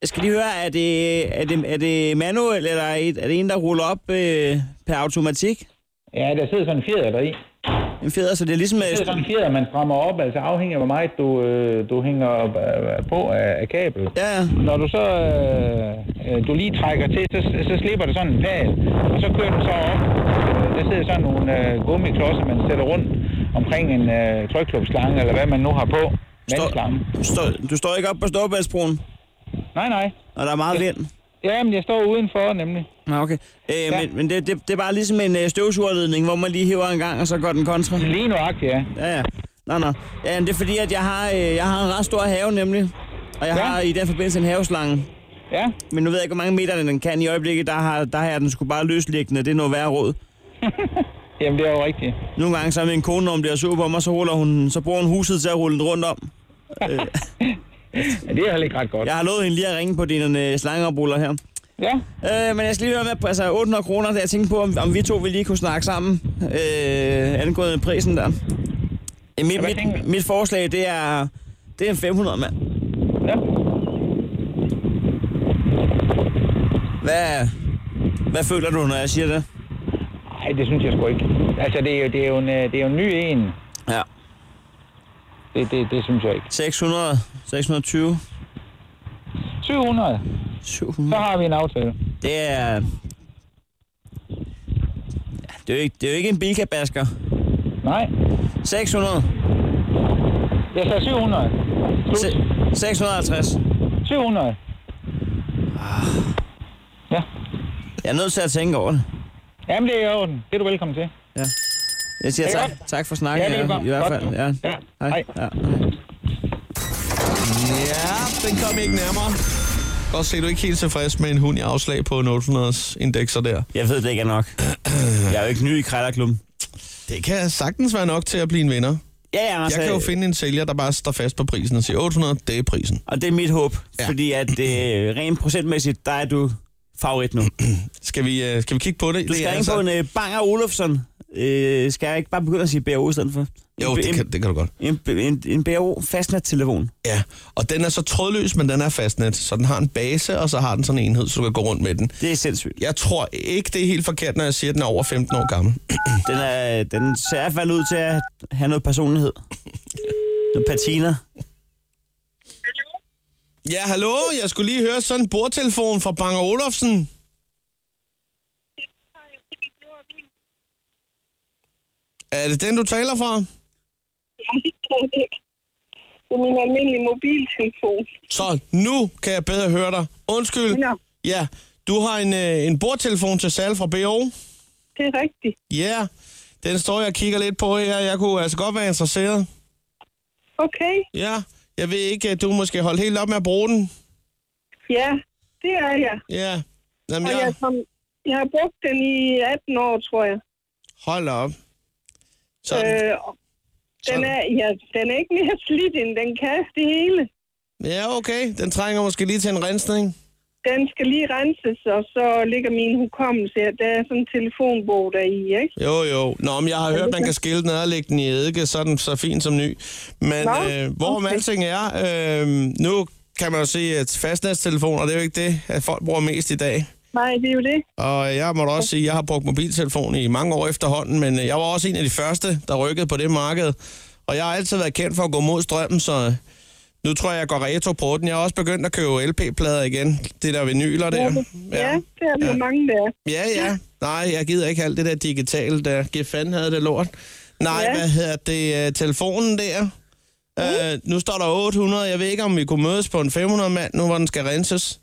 [SPEAKER 3] Jeg skal lige høre, er det, er det, er det manuel, eller er det er det en, der ruller op øh, per automatik?
[SPEAKER 7] ja der sidder sådan en fjeder deri.
[SPEAKER 3] En fjeder, så det er ligesom...
[SPEAKER 7] Der sidder
[SPEAKER 3] Øh,
[SPEAKER 7] sådan en fjeder, man strammer op, altså afhængig af, hvor meget du, øh, du hænger op, øh, på af, af kabel.
[SPEAKER 3] ja, ja.
[SPEAKER 7] Når du så øh, øh, du lige trækker til, så, så slipper der sådan en pal, og så kører den så op. Øh, Der sidder sådan nogle øh, gummiklodser, man sætter rundt omkring en øh, trykklubslange, eller hvad man nu har på. Vandslange.
[SPEAKER 3] Står, står, du står ikke op på Storebæltsbroen,
[SPEAKER 7] Nej, nej.
[SPEAKER 3] og der er meget vind.
[SPEAKER 7] Jamen, jeg står udenfor nemlig.
[SPEAKER 3] Nå, okay. Øh, ja. Men, men det, det, det er bare ligesom en øh, støvsugerledning, hvor man lige hiver en gang, og så går den kontra.
[SPEAKER 7] Lige nuagtigt, ja.
[SPEAKER 3] Ja, ja. Nå, nå. Ja, men det er fordi, at jeg har, øh, jeg har en ret stor have, nemlig. Og jeg ja.
[SPEAKER 7] Ja.
[SPEAKER 3] har i den forbindelse en haveslange.
[SPEAKER 7] Ja,
[SPEAKER 3] Men nu ved jeg ikke, hvor mange meter den kan. I øjeblikket, der har, der har jeg den sgu bare løsliggende. Det er noget værre råd.
[SPEAKER 7] jamen det er jo rigtigt.
[SPEAKER 3] Nogle gange så er min kone, når hun bliver sur på mig, så, ruller hun, den- så bruger hun huset til at rulle den rundt om.
[SPEAKER 7] Ja, det er heller ikke ret godt.
[SPEAKER 3] Jeg har lovet hende lige at ringe på dine øh, slangeopruller her.
[SPEAKER 7] ja.
[SPEAKER 3] Øh, men jeg skal lige høre med, altså 800 kroner, der jeg tænkte på, om, om vi to ville lige kunne snakke sammen. Øh, angående prisen der. Øh, mit,
[SPEAKER 7] hvad tænker
[SPEAKER 3] mit,
[SPEAKER 7] du?
[SPEAKER 3] mit, forslag, det er, det er en 500 mand.
[SPEAKER 7] ja.
[SPEAKER 3] Hvad, hvad føler du, når jeg siger det?
[SPEAKER 7] Nej, det synes jeg sgu ikke. Altså, det er jo, det er jo, en, øh, det er jo en ny en.
[SPEAKER 3] Ja.
[SPEAKER 7] Det, det, det synes jeg ikke.
[SPEAKER 3] 600, 620,
[SPEAKER 7] 700, så
[SPEAKER 3] 700.
[SPEAKER 7] har vi en aftale.
[SPEAKER 3] Det er... Ja, det er jo ikke, det er jo ikke en bilkabasker.
[SPEAKER 7] Nej,
[SPEAKER 3] 600.
[SPEAKER 7] jeg sagde 700.
[SPEAKER 3] Se,
[SPEAKER 7] Slut.
[SPEAKER 3] 650.
[SPEAKER 7] 700.
[SPEAKER 3] Ah.
[SPEAKER 7] Ja,
[SPEAKER 3] Jeg er nødt til at tænke over det.
[SPEAKER 7] jamen det er i orden. Det er du velkommen til.
[SPEAKER 3] Jeg siger
[SPEAKER 7] Ja.
[SPEAKER 3] tak, tak for snakken,
[SPEAKER 7] Ja, det er
[SPEAKER 3] ja,
[SPEAKER 7] godt.
[SPEAKER 3] i hvert
[SPEAKER 7] Godt.
[SPEAKER 3] fald. Ja.
[SPEAKER 7] Ja,
[SPEAKER 3] Hej.
[SPEAKER 7] hej.
[SPEAKER 3] Ja.
[SPEAKER 2] Ja, den kom ikke nærmere. Godt se, du er ikke helt tilfreds med en hund i afslag på en 800's indekser der.
[SPEAKER 3] Jeg ved det ikke er nok. Jeg er jo ikke ny i krejlerklubben.
[SPEAKER 2] Det kan sagtens være nok til at blive en vinder.
[SPEAKER 3] Ja, ja,
[SPEAKER 2] Jeg
[SPEAKER 3] altså,
[SPEAKER 2] kan jo finde en sælger, der bare står fast på prisen og siger 800, det er prisen.
[SPEAKER 3] og det er mit håb,
[SPEAKER 2] Ja.
[SPEAKER 3] ja. fordi at øh, rent procentmæssigt, der er du
[SPEAKER 2] <clears throat>
[SPEAKER 3] favorit nu.
[SPEAKER 2] Skal vi, øh, skal vi kigge på det?
[SPEAKER 3] Du
[SPEAKER 2] det
[SPEAKER 3] skal
[SPEAKER 2] er altså-
[SPEAKER 3] ringe på en øh, Banger Olofsson. Øh, skal jeg ikke bare begynde at sige BRO i stedet for?
[SPEAKER 2] Jo,
[SPEAKER 3] en,
[SPEAKER 2] det kan, det kan du godt.
[SPEAKER 3] En, en, en, en BRO fastnet-telefon.
[SPEAKER 2] Ja, og den er så trådløs, men den er fastnet, så den har en base, og så har den sådan en enhed, så du kan gå rundt med den.
[SPEAKER 3] Det er sindssygt.
[SPEAKER 2] Jeg tror ikke, det er helt forkert, når jeg siger, at den er over 15 år gammel.
[SPEAKER 3] Den, er, den ser i hvert fald ud til at have noget
[SPEAKER 2] <laughs>
[SPEAKER 3] personlighed. Noget patiner.
[SPEAKER 2] Ja, hallo, jeg skulle lige høre sådan en bordtelefon fra Bang Olufsen. Er det den, du taler fra?
[SPEAKER 5] Det er min almindelige mobiltelefon.
[SPEAKER 2] Så nu kan jeg bedre høre dig. Undskyld.
[SPEAKER 5] Nå.
[SPEAKER 2] Ja, du har en, øh, en bordtelefon til salg fra BO.
[SPEAKER 5] Det er rigtigt.
[SPEAKER 2] Ja, yeah. den står jeg og kigger lidt på her. Jeg kunne altså godt være interesseret.
[SPEAKER 5] Okay,
[SPEAKER 2] Ja, jeg ved ikke, du er måske holdt helt op med at bruge den.
[SPEAKER 5] ja, det er jeg.
[SPEAKER 2] Ja, Jamen,
[SPEAKER 5] Og jeg,
[SPEAKER 2] jeg...
[SPEAKER 5] kom, jeg har brugt den i 18 år, tror jeg.
[SPEAKER 2] hold da op. Sådan.
[SPEAKER 5] Øh, og den, er, ja, den er ikke mere <laughs> slidt, end den kan det hele.
[SPEAKER 2] Ja, okay. Den trænger måske lige til en rensning.
[SPEAKER 5] Den skal lige renses, og så ligger min hukommelse her. Der er sådan en telefonbog der i, ikke?
[SPEAKER 2] Jo, jo. Nå, men jeg har hørt, man kan skille den ad og lægge den i eddike, så er den så fin som ny. Men
[SPEAKER 5] Nå,
[SPEAKER 2] øh, hvorom
[SPEAKER 5] okay.
[SPEAKER 2] alting er, øh, nu kan man jo se, at fastnæststelefoner, det er jo ikke det, at folk bruger mest i dag.
[SPEAKER 5] Nej, det er jo det.
[SPEAKER 2] Og jeg må da også sige, at jeg har brugt mobiltelefon i mange år efterhånden, men øh, jeg var også en af de første, der rykkede på det marked. Og jeg har altid været kendt for at gå mod strømmen, så øh, nu tror jeg, jeg går retro på den. Jeg har også begyndt at købe LP-plader igen. Det der vinyler der.
[SPEAKER 5] Ja, det er der ja. mange, der er.
[SPEAKER 2] Ja, ja. Nej, jeg gider ikke alt det der digitale, der giver fanden havde det lort. Nej, ja.
[SPEAKER 5] Ja.
[SPEAKER 2] hvad hedder det? øh, Telefonen der. Mm. Øh, nu står der 800. Jeg ved ikke, om vi kunne mødes på en 500 mand, nu hvor den skal renses.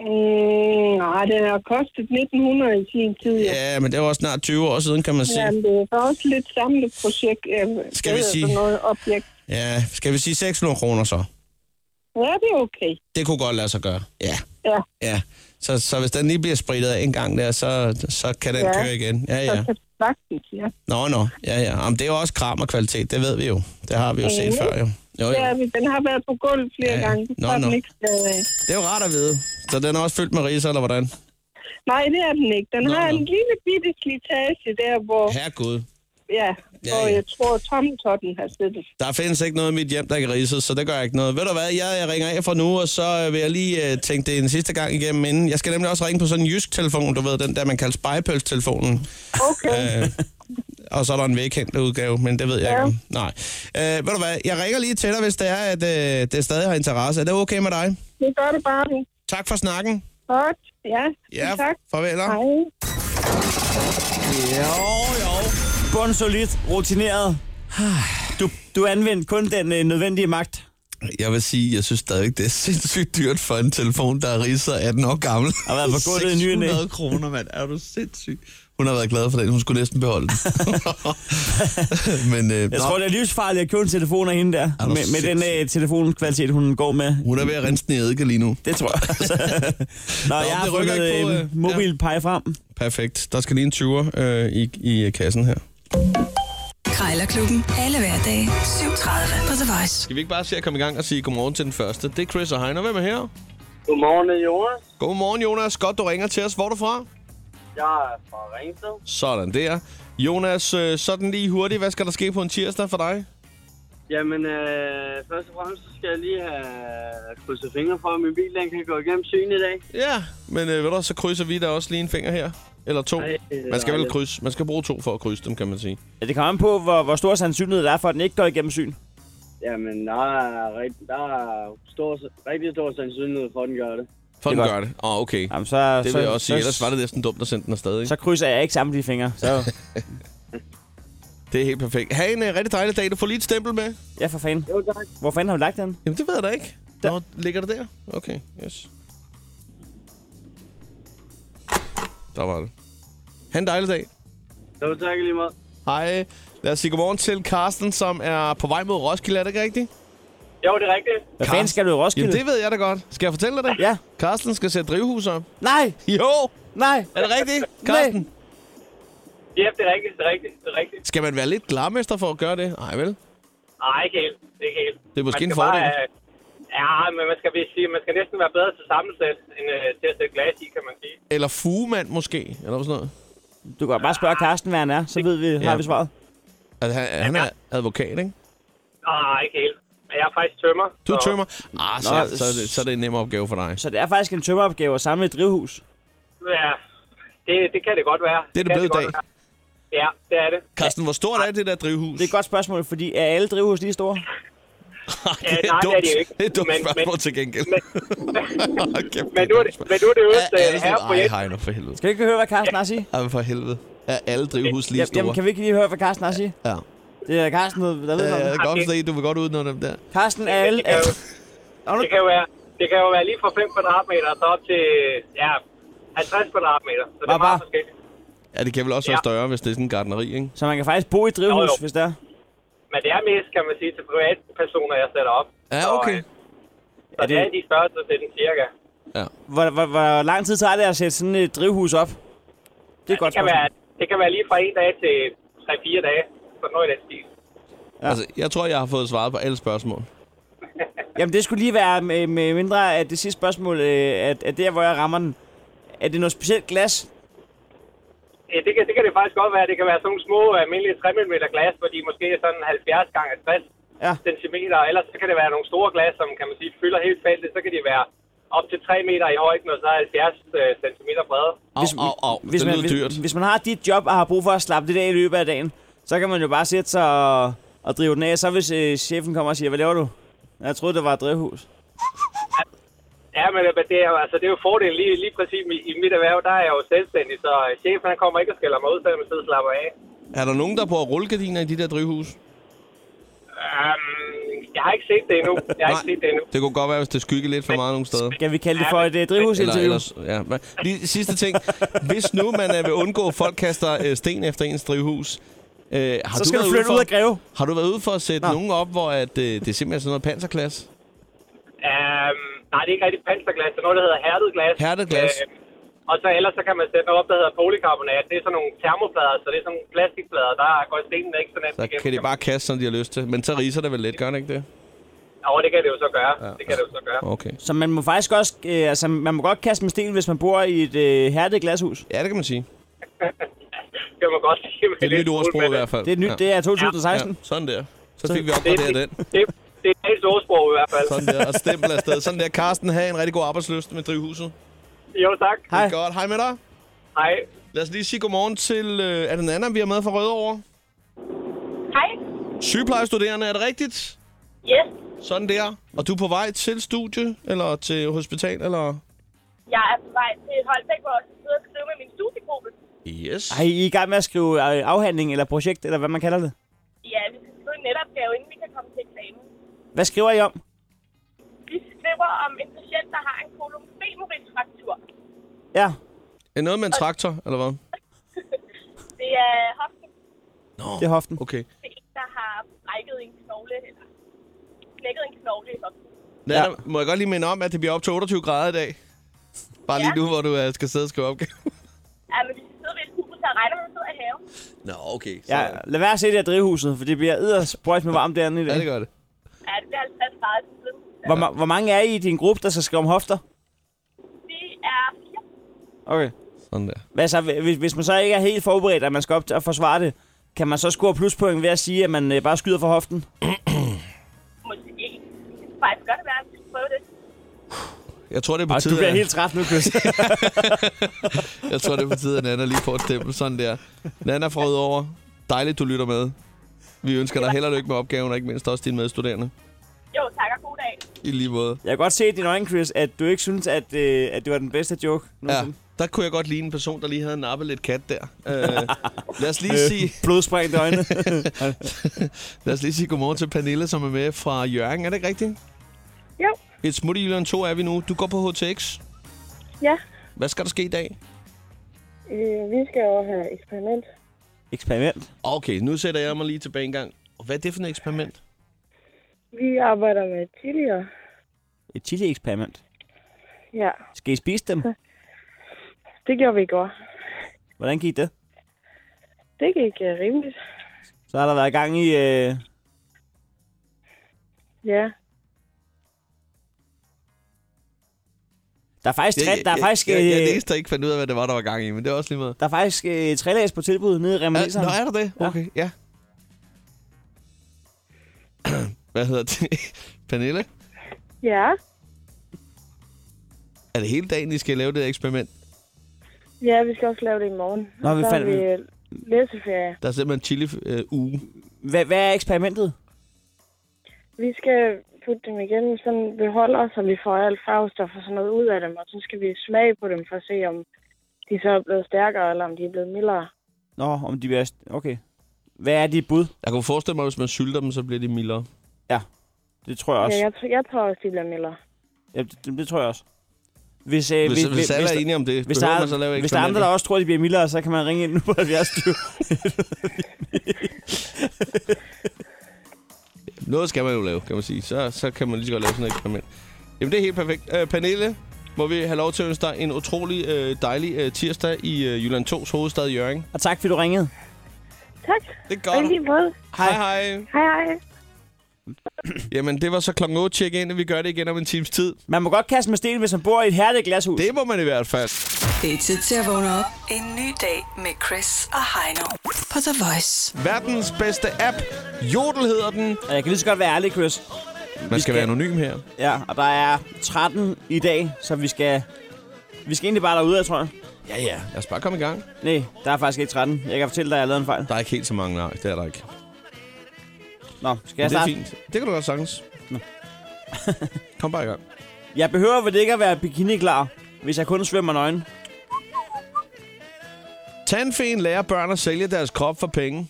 [SPEAKER 5] Mm, nej, Nej, den har kostet 1900 i sin tid. Ja.
[SPEAKER 2] Ja, men det var også snart 20 år siden, kan man sige.
[SPEAKER 5] Ja, men det er også lidt samlet projekt. Øh,
[SPEAKER 2] Skal vi
[SPEAKER 5] hvad hedder
[SPEAKER 2] sige-
[SPEAKER 5] sådan Noget objekt.
[SPEAKER 2] Ja, skal vi sige 600 kroner så?
[SPEAKER 5] Ja, det er okay.
[SPEAKER 2] Det kunne godt lade sig gøre. Ja,
[SPEAKER 5] Ja,
[SPEAKER 2] ja. Så, så hvis den lige bliver spritet af en gang der, så, så kan den
[SPEAKER 5] Ja.
[SPEAKER 2] køre igen. Ja,
[SPEAKER 5] så
[SPEAKER 2] ja.
[SPEAKER 5] kan det faktisk, ja.
[SPEAKER 2] Nå, nå. Ja, ja. Jamen, det er jo også kram og kvalitet, det ved vi jo. Det har vi jo set
[SPEAKER 5] Mhm.
[SPEAKER 2] før, jo. Jo,
[SPEAKER 5] Ja,
[SPEAKER 2] jo.
[SPEAKER 5] men den har været på gulvet flere
[SPEAKER 2] Ja, ja.
[SPEAKER 5] gange. Det
[SPEAKER 2] Nå,
[SPEAKER 5] tager
[SPEAKER 2] nå.
[SPEAKER 5] den ikke øh, stadig af.
[SPEAKER 2] Det er jo rart at vide. Så den er også fyldt med riser, eller hvordan?
[SPEAKER 5] Nej, det er den ikke. Den
[SPEAKER 2] Nå,
[SPEAKER 5] har
[SPEAKER 2] nå.
[SPEAKER 5] en lille bitte slitage der, hvor,
[SPEAKER 2] Herregud.
[SPEAKER 5] ja, hvor
[SPEAKER 2] ja.
[SPEAKER 5] jeg tror, tomtotten har siddet.
[SPEAKER 2] Der findes ikke noget i mit hjem, der kan rises, så det gør ikke noget. Ved du hvad, jeg, jeg ringer af fra nu, og så øh, vil jeg lige øh, tænke det en sidste gang igennem inden. Jeg skal nemlig også ringe på sådan en jysk telefon, du ved, den der, man kalder spejpølstelefonen.
[SPEAKER 5] Okay,
[SPEAKER 2] Øh, <laughs> og så er der en velkendt udgave, men det ved jeg
[SPEAKER 5] Ja.
[SPEAKER 2] ikke. om. Nej. Øh, ved du hvad, jeg ringer lige til dig, hvis det er, at øh, det stadig har interesse. Er det okay med dig?
[SPEAKER 5] det gør det bare nu.
[SPEAKER 2] Tak for snakken.
[SPEAKER 5] Godt, ja.
[SPEAKER 2] Ja,
[SPEAKER 5] tak.
[SPEAKER 2] farvel.
[SPEAKER 5] Hej.
[SPEAKER 3] Bundsolidt, rutineret. Du, du anvendte kun den øh, nødvendige magt.
[SPEAKER 2] Jeg vil sige, jeg synes stadig, det er sindssygt dyrt for en telefon, der er ridset 18 år gammel.
[SPEAKER 3] Har været på gulvet
[SPEAKER 2] <laughs>
[SPEAKER 3] i ny og næ.
[SPEAKER 2] 600 kroner, mand. Er du sindssyg? Hun har været glad for den. Hun skulle næsten beholde den. Men øh,
[SPEAKER 3] Jeg
[SPEAKER 2] nå,
[SPEAKER 3] tror, det er livsfarligt at købe en telefon af hende der.
[SPEAKER 2] Er du
[SPEAKER 3] Med, med den øh, telefonkvalitet, hun går med.
[SPEAKER 2] hun er ved at rense den i eddike lige nu.
[SPEAKER 3] Det tror
[SPEAKER 2] <laughs>
[SPEAKER 3] jeg. Nå, jeg har
[SPEAKER 2] det rykker
[SPEAKER 3] fundet
[SPEAKER 2] ikke på, øh,
[SPEAKER 3] øh, mobilpege frem.
[SPEAKER 2] Perfekt. Der skal lige en 20'er øh, i, i øh, kassen her.
[SPEAKER 1] Krejlerklubben. Alle hverdage 7.30 på The Voice.
[SPEAKER 2] Skal vi ikke bare se at komme i gang og sige godmorgen til den første? Det er Chris og Heino. Hvem er her?
[SPEAKER 4] Godmorgen, Jonas.
[SPEAKER 2] Godmorgen, Jonas. Godt, du ringer til os. Hvor er du fra?
[SPEAKER 4] Jeg er fra Ringsted.
[SPEAKER 2] Sådan der. Jonas, øh, sådan lige hurtigt. Hvad skal der ske på en tirsdag for dig?
[SPEAKER 4] Jamen, øh, først og fremmest så skal jeg lige have krydset fingre for, at min bil den kan gå igennem syn i dag.
[SPEAKER 2] Ja, men øh, ved du, så krydser vi da også lige en finger her. Eller to.
[SPEAKER 4] Ej, øh,
[SPEAKER 2] Man skal
[SPEAKER 4] nej,
[SPEAKER 2] vel
[SPEAKER 4] det-
[SPEAKER 2] krydse. Man skal bruge to for at krydse dem, kan man sige.
[SPEAKER 3] Ja, det kommer an på, hvor, hvor stor sandsynlighed der er for, at den ikke går igennem syn.
[SPEAKER 4] Jamen, der er, rigt- der er stor, rigtig stor sandsynlighed for, at den gør det.
[SPEAKER 2] For
[SPEAKER 3] Det
[SPEAKER 2] den
[SPEAKER 3] er
[SPEAKER 2] gør det. Åh, oh, okay.
[SPEAKER 3] Jamen, så,
[SPEAKER 2] Det
[SPEAKER 3] så,
[SPEAKER 2] vil jeg også sige.
[SPEAKER 3] så,
[SPEAKER 2] Ellers var det næsten dumt at sende den afsted, ikke?
[SPEAKER 3] Så krydser jeg ikke sammen de fingre. Så,
[SPEAKER 2] Det er helt perfekt. Ha' en uh, rigtig dejlig dag. Du får lige et stempel med.
[SPEAKER 3] ja, for fanden.
[SPEAKER 4] Jo, tak.
[SPEAKER 3] Hvor fanden har du lagt den?
[SPEAKER 2] Jamen, det ved jeg da ikke. Der. Nå, ligger det der? Okay, yes. Der var det. Ha' en dejlig dag.
[SPEAKER 4] Jo, tak i lige meget.
[SPEAKER 2] Hej. Lad os sige godmorgen til Carsten, som er på vej mod Roskilde. Er det ikke rigtigt?
[SPEAKER 4] Jo, det er rigtigt.
[SPEAKER 3] Hvad
[SPEAKER 2] Karsten.
[SPEAKER 3] fanden skal du i Roskilde?
[SPEAKER 2] Jamen, det ved jeg da godt. Skal jeg fortælle dig det?
[SPEAKER 3] Ja.
[SPEAKER 2] Carsten skal sætte drivhus op.
[SPEAKER 3] Nej,
[SPEAKER 2] Jo!
[SPEAKER 3] nej.
[SPEAKER 2] Er det <laughs> rigtigt, Carsten?
[SPEAKER 4] Ja, det er rigtigt, det er rigtigt, det er rigtigt.
[SPEAKER 2] Skal man være lidt glarmester for at gøre det? Nej, vel?
[SPEAKER 4] Nej, ikke helt. Det er ikke helt.
[SPEAKER 2] Det er måske
[SPEAKER 4] Man
[SPEAKER 2] en
[SPEAKER 4] skal
[SPEAKER 2] fordel.
[SPEAKER 4] øh, ja, men man skal, vil sige, man skal næsten være bedre til sammensæt, end øh, til at sætte glas i, kan man sige.
[SPEAKER 2] Eller fugemand måske, eller sådan noget.
[SPEAKER 3] Du kan bare spørge Karsten, hvad han er. Så ved vi, ja. har vi svaret.
[SPEAKER 2] Altså, han, han er advokat, ikke?
[SPEAKER 4] Nej, ikke helt. Men jeg er faktisk tømmer.
[SPEAKER 2] Du er
[SPEAKER 4] så-
[SPEAKER 2] tømmer. Ah, så,
[SPEAKER 3] Nå,
[SPEAKER 2] så, så, er det, så er det en nem opgave for dig.
[SPEAKER 3] Så det er faktisk en tømmeropgave at samle et drivhus.
[SPEAKER 4] Ja, det, det kan det godt være.
[SPEAKER 2] Det er det
[SPEAKER 4] kan
[SPEAKER 2] blevet i
[SPEAKER 4] godt
[SPEAKER 2] dag.
[SPEAKER 4] være. Ja, det er det.
[SPEAKER 2] Carsten, hvor stort er det der drivhus?
[SPEAKER 3] Det er et godt spørgsmål, fordi er alle drivhus lige store?
[SPEAKER 2] det
[SPEAKER 4] Ja, nej, det er det jo ikke.
[SPEAKER 2] Det er et dumt
[SPEAKER 4] Men- men-
[SPEAKER 2] spørgsmål til gengæld.
[SPEAKER 4] Men,
[SPEAKER 2] <laughs> Hold kæft,
[SPEAKER 4] men, nu er det, men nu er det
[SPEAKER 2] er,
[SPEAKER 4] øvrigt
[SPEAKER 2] er,
[SPEAKER 4] øh,
[SPEAKER 2] alle
[SPEAKER 4] her
[SPEAKER 2] sådan,
[SPEAKER 4] på
[SPEAKER 2] ej,
[SPEAKER 4] et.
[SPEAKER 2] hej nu for helvede.
[SPEAKER 3] Skal vi ikke høre, hvad Karsten har at sige?
[SPEAKER 2] Ej, for helvede. Er alle drivhus lige store?
[SPEAKER 3] Jamen, kan vi ikke lige høre, hvad Karsten har at sige?
[SPEAKER 2] Ja.
[SPEAKER 3] Det er Karsten, der ved
[SPEAKER 2] Øh, jeg
[SPEAKER 3] noget.
[SPEAKER 2] kan godt se, du vil godt udenom dem der.
[SPEAKER 3] Karsten er alle...
[SPEAKER 4] Det kan, jo,
[SPEAKER 3] Er du-
[SPEAKER 4] det, kan jo være, det kan jo være lige fra 5 kvadratmeter og så op til ja, 50 kvadratmeter. Så det
[SPEAKER 3] Bare- bare-
[SPEAKER 4] er meget forskelligt.
[SPEAKER 2] Ja, det kan vel også være
[SPEAKER 4] Ja.
[SPEAKER 2] større, hvis det er sådan en gardneri, ikke?
[SPEAKER 3] Så man kan faktisk bo i et drivhus,
[SPEAKER 4] Jo, jo.
[SPEAKER 3] hvis det er.
[SPEAKER 4] Men det er mest, kan man sige, til privatpersoner, jeg sætter op.
[SPEAKER 2] Ja,
[SPEAKER 4] Så,
[SPEAKER 2] okay.
[SPEAKER 4] øh, Så
[SPEAKER 3] Er
[SPEAKER 4] er
[SPEAKER 3] det-
[SPEAKER 4] det... er de største til den cirka.
[SPEAKER 3] Hvor, hvor, hvor lang tid tager det at sætte sådan et drivhus op? Det er et godt
[SPEAKER 4] Det kan,
[SPEAKER 3] spørgsmål.
[SPEAKER 4] være, det kan være lige fra en dag til 3-4 dage. Så noget i den stil.
[SPEAKER 2] Ja. Altså, jeg tror, jeg har fået svaret på alle spørgsmål.
[SPEAKER 3] Jamen, det skulle lige være med, med mindre at det sidste spørgsmål, øh, at, at der, hvor jeg rammer den, er det noget specielt glas?
[SPEAKER 4] Ja, Eh, det, kan, det kan det faktisk godt være. Det kan være sådan nogle små almindelige 3 mm glas, hvor de måske er sådan 70 gange 60
[SPEAKER 3] Ja.
[SPEAKER 4] cm. Ellers så kan det være nogle store glas, som kan man sige fylder helt feltet. Så kan de være op til 3 meter i højden og så øh, 70 cm brede.
[SPEAKER 2] Au, au, au. Hvis det
[SPEAKER 3] man,
[SPEAKER 2] lyder
[SPEAKER 3] hvis,
[SPEAKER 2] dyrt.
[SPEAKER 3] hvis man har dit job og har brug for at slappe det af i løbet af dagen, så kan man jo bare sætte sig og, og drive den af. Så hvis øh, chefen kommer og siger, hvad laver du? Jeg troede, det var et drivhus.
[SPEAKER 4] Ja, men øh, men det er, jo- altså, det er jo fordelen lige, lige præcis i, i mit erhverv. Der er jeg jo selvstændig, så øh, chefen han kommer ikke og skælder mig ud, selvom jeg sidder og slapper af.
[SPEAKER 2] Er der nogen, der bruger rullegardiner i de der drivhus?
[SPEAKER 4] Um, jeg har ikke set det endnu. Jeg har
[SPEAKER 2] Nej.
[SPEAKER 4] ikke set det endnu.
[SPEAKER 2] Det kunne godt være, hvis det skygger lidt for meget nogle steder.
[SPEAKER 3] Kan vi kalde det for et uh, drivhusinterview?
[SPEAKER 2] ja. Hva- Lige sidste ting. Hvis nu man øh, vil undgå, at folk kaster øh, sten efter ens drivhus, øh, har
[SPEAKER 3] Så
[SPEAKER 2] du
[SPEAKER 3] skal
[SPEAKER 2] været
[SPEAKER 3] du
[SPEAKER 2] ude
[SPEAKER 3] flytte
[SPEAKER 2] for,
[SPEAKER 3] ud af Greve.
[SPEAKER 2] Har du været ude for at sætte nogen op, hvor at, øh, det er simpelthen sådan noget panserglas?
[SPEAKER 4] Øhm, nej, det er ikke rigtig panserglas. Det er noget, der hedder hærdet glas.
[SPEAKER 2] Hærdet glas.
[SPEAKER 4] Øhm, og så ellers så kan man sætte noget op, der hedder polycarbonat. Det er sådan nogle termoplader, så det er sådan nogle plastikplader. Der går stenen ikke så nemt
[SPEAKER 2] Så
[SPEAKER 4] igennem.
[SPEAKER 2] kan de bare kaste, som de har lyst til. Men så riser det vel lidt, gør det ikke det?
[SPEAKER 4] Jo, det kan det jo så gøre. Ja. Det kan det jo så gøre.
[SPEAKER 2] Okay.
[SPEAKER 3] Så man må faktisk også, øh, altså man må godt kaste med sten, hvis man bor i et øh, hærdet glashus.
[SPEAKER 2] Ja, det kan man sige.
[SPEAKER 4] Det kan man godt sige.
[SPEAKER 2] Det er et nyt ordsprog i hvert fald.
[SPEAKER 3] Det er nyt,
[SPEAKER 2] ja.
[SPEAKER 3] det er 2016.
[SPEAKER 2] Ja, sådan der. Så
[SPEAKER 3] Så-
[SPEAKER 2] fik vi opgraderet den.
[SPEAKER 4] Det, det er et ordsprog i hvert fald.
[SPEAKER 2] Sådan der. Og stempel afsted. Sådan der. Carsten, have en rigtig god arbejdsløst med drivhuset.
[SPEAKER 4] Jo, tak.
[SPEAKER 3] Hej.
[SPEAKER 2] Det er godt. Hej med dig.
[SPEAKER 4] Hej.
[SPEAKER 2] Lad os lige sige godmorgen til... Øh, er det Nana, vi har med fra Rødovre?
[SPEAKER 8] Hej.
[SPEAKER 2] Sygeplejestuderende, er det rigtigt?
[SPEAKER 8] Yes.
[SPEAKER 2] Sådan der. Og du er på vej til studie, eller til hospital, eller...
[SPEAKER 8] Jeg er på vej til Holbæk, hvor jeg sidder og skriver med min studiegruppe.
[SPEAKER 2] Yes.
[SPEAKER 3] Ej, I er i gang med at skrive øh, afhandling eller projekt, eller hvad man kalder det.
[SPEAKER 8] Ja, vi skal skrive en netopgave, inden vi kan komme til eksamen.
[SPEAKER 3] Hvad skriver I om?
[SPEAKER 8] Vi skriver om en patient, der har en kolumfemorisfraktur.
[SPEAKER 3] Ja,
[SPEAKER 2] Er noget med en traktor, eller hvad?
[SPEAKER 8] Det er hoften
[SPEAKER 3] det er hoften.
[SPEAKER 2] Okay.
[SPEAKER 8] til en, der har brækket en knogle, eller knækket en knogle i hoften.
[SPEAKER 2] Nana, ja. må jeg godt lige minde om, at det bliver op til 28 grader i dag? Bare lige
[SPEAKER 8] Ja.
[SPEAKER 2] nu, hvor du øh, skal sidde og skrive opgave.
[SPEAKER 8] Ja, men vi skal sidde ved et hus og regner, når vi sidder i haven.
[SPEAKER 2] <laughs> Nå, okay. Så,
[SPEAKER 3] Ja, lad være at se det her drivhuset, for det bliver eddersprøjt med varmt derinde i
[SPEAKER 2] Ja, det
[SPEAKER 3] dag.
[SPEAKER 2] gør det.
[SPEAKER 8] Ja, det bliver 50 grader til siden.
[SPEAKER 3] Hvor, ma- hvor mange er I i din gruppe, der skal skrive om hofter?
[SPEAKER 8] Vi er fire.
[SPEAKER 3] Okay.
[SPEAKER 2] Sådan der.
[SPEAKER 3] Hvad så, hvis, Altså, hvis man så ikke er helt forberedt, at man skal op til at forsvare det, kan man så score pluspoint ved at sige, at man øh, bare skyder fra hoften?
[SPEAKER 8] Måske. Det kan faktisk godt være, at vi skal prøve det.
[SPEAKER 2] Jeg tror, det er på
[SPEAKER 3] Og
[SPEAKER 2] tide,
[SPEAKER 3] du bliver
[SPEAKER 2] at-
[SPEAKER 3] helt træt nu,
[SPEAKER 2] <laughs>
[SPEAKER 3] Chris.
[SPEAKER 2] jeg tror, det er på tide, at Nana lige får et stempel. Sådan der. Nana fra Rødovre, dejligt, du lytter med. Vi ønsker dig held og lykke med opgaven, og ikke mindst også dine medstuderende.
[SPEAKER 8] Jo, tak og god dag.
[SPEAKER 2] I lige måde.
[SPEAKER 3] Jeg kan godt se i dine øjne, Chris, at du ikke synes, at, øh, at det var den bedste joke.
[SPEAKER 2] Ja,
[SPEAKER 3] nogensinde.
[SPEAKER 2] der kunne jeg godt ligne en person, der lige havde nappet lidt kat der. Øh, lad, os lige
[SPEAKER 3] <laughs>
[SPEAKER 2] sige,
[SPEAKER 3] Blodsprængte øjne.
[SPEAKER 2] <laughs> lad os lige sige godmorgen til Pernille, som er med fra Jørgen. Er det ikke rigtigt?
[SPEAKER 5] Jo,
[SPEAKER 2] Et smut i Jylland 2 er vi nu. Du går på HTX.
[SPEAKER 5] ja.
[SPEAKER 2] Hvad skal der ske i dag?
[SPEAKER 5] Øh, vi skal jo have eksperiment.
[SPEAKER 3] Eksperiment.
[SPEAKER 2] Okay, nu sætter jeg mig lige tilbage en gang. Og Hvad er det for et eksperiment?
[SPEAKER 5] Vi arbejder med chilier.
[SPEAKER 3] Et chili-eksperiment.
[SPEAKER 5] Ja,
[SPEAKER 3] Skal I spise dem?
[SPEAKER 5] det gjorde vi i går.
[SPEAKER 3] Hvordan gik det?
[SPEAKER 5] Det gik uh, rimeligt.
[SPEAKER 3] Så har der været gang i... Øh...
[SPEAKER 5] Ja,
[SPEAKER 3] Der er faktisk, tre, der er faktisk,
[SPEAKER 2] jeg, jeg, jeg,
[SPEAKER 3] øh,
[SPEAKER 2] læste og ikke fandt ud af, hvad det var, der var gang i, men det er også lige meget.
[SPEAKER 3] der er faktisk øh, trælæs på tilbud nede i
[SPEAKER 2] Ja,
[SPEAKER 3] Remaniseren.
[SPEAKER 2] nå, er der det?
[SPEAKER 3] Ja.
[SPEAKER 2] Okay, ja. <clears throat> hvad hedder det? <laughs> Pernille?
[SPEAKER 5] ja.
[SPEAKER 2] Er det hele dagen, I skal lave det her eksperiment?
[SPEAKER 5] Ja, vi skal også lave det i morgen.
[SPEAKER 3] Nå,
[SPEAKER 5] Og
[SPEAKER 3] vi
[SPEAKER 5] så har
[SPEAKER 3] fandt-
[SPEAKER 5] vi øh, læseferie.
[SPEAKER 2] Der er simpelthen øh, chili-uge.
[SPEAKER 3] Hva, hvad er eksperimentet?
[SPEAKER 5] Vi skal putte dem igennem sådan beholder, så vi får alt farvestof og sådan noget ud af dem. Og så skal vi smage på dem for at se, om de så er blevet stærkere, eller om de er blevet mildere.
[SPEAKER 3] Nå, om de bliver... Okay. Hvad er dit bud?
[SPEAKER 2] Jeg kunne forestille mig, at hvis man sylter dem, så bliver de mildere.
[SPEAKER 3] Øh, Det tror jeg også.
[SPEAKER 5] Ja, jeg, tror- jeg tror også, de bliver mildere.
[SPEAKER 3] Ja, det, det tror jeg også. Hvis, øh,
[SPEAKER 2] Hvis, hvis, hvis alle er
[SPEAKER 3] der-
[SPEAKER 2] enige om det,
[SPEAKER 3] hvis, der,
[SPEAKER 2] behøver
[SPEAKER 3] er,
[SPEAKER 2] man så lave
[SPEAKER 3] hvis der er andre, der også tror, de bliver mildere, så kan man ringe ind nu på <laughs> 70 20.
[SPEAKER 2] Noget skal man jo lave, kan man sige. Så, så kan man lige så godt lave sådan et eksperiment. Jamen, det er helt perfekt. Øh, Pernille, må vi have lov til at ønske dig en utrolig øh, dejlig øh, tirsdag i øh, Jylland 2's hovedstad, Jørgen.
[SPEAKER 3] Og tak, fordi du ringede.
[SPEAKER 5] Tak.
[SPEAKER 2] Det er
[SPEAKER 5] Og i
[SPEAKER 2] godt.
[SPEAKER 5] lige måde.
[SPEAKER 2] Hej, hej.
[SPEAKER 5] Hej, hej.
[SPEAKER 2] Jamen, det var så klokken 8 tjek ind, at vi gør det igen om en times tid.
[SPEAKER 3] Man må godt kaste med sten, hvis man bor i et hærdet glashus.
[SPEAKER 2] Det må man i hvert fald.
[SPEAKER 1] Det er tid til at vågne op. En ny dag med Chris og Heino på The Voice.
[SPEAKER 2] Verdens bedste app. Jodel hedder den.
[SPEAKER 3] Og Jeg kan lige så godt være ærlig, Chris.
[SPEAKER 2] Man skal
[SPEAKER 3] skal-
[SPEAKER 2] være anonym her.
[SPEAKER 3] Ja, og der er 13 i dag, så vi skal... Vi skal egentlig bare derud, jeg tror jeg.
[SPEAKER 2] Ja, ja. Lad os bare komme i gang.
[SPEAKER 3] Nej, der er faktisk ikke 13. Jeg kan fortælle dig, at jeg lavede en fejl.
[SPEAKER 2] Der er ikke helt så mange, nej. Det er der ikke. Men
[SPEAKER 3] Nå, skal jeg
[SPEAKER 2] det er
[SPEAKER 3] starte?
[SPEAKER 2] fint. Det kan du godt sagtens. <laughs> Kom bare i gang.
[SPEAKER 3] Jeg behøver vel ikke at være bikiniklar, hvis jeg kun svømmer nøgen.
[SPEAKER 2] Tandfen lærer børn at sælge deres krop for penge.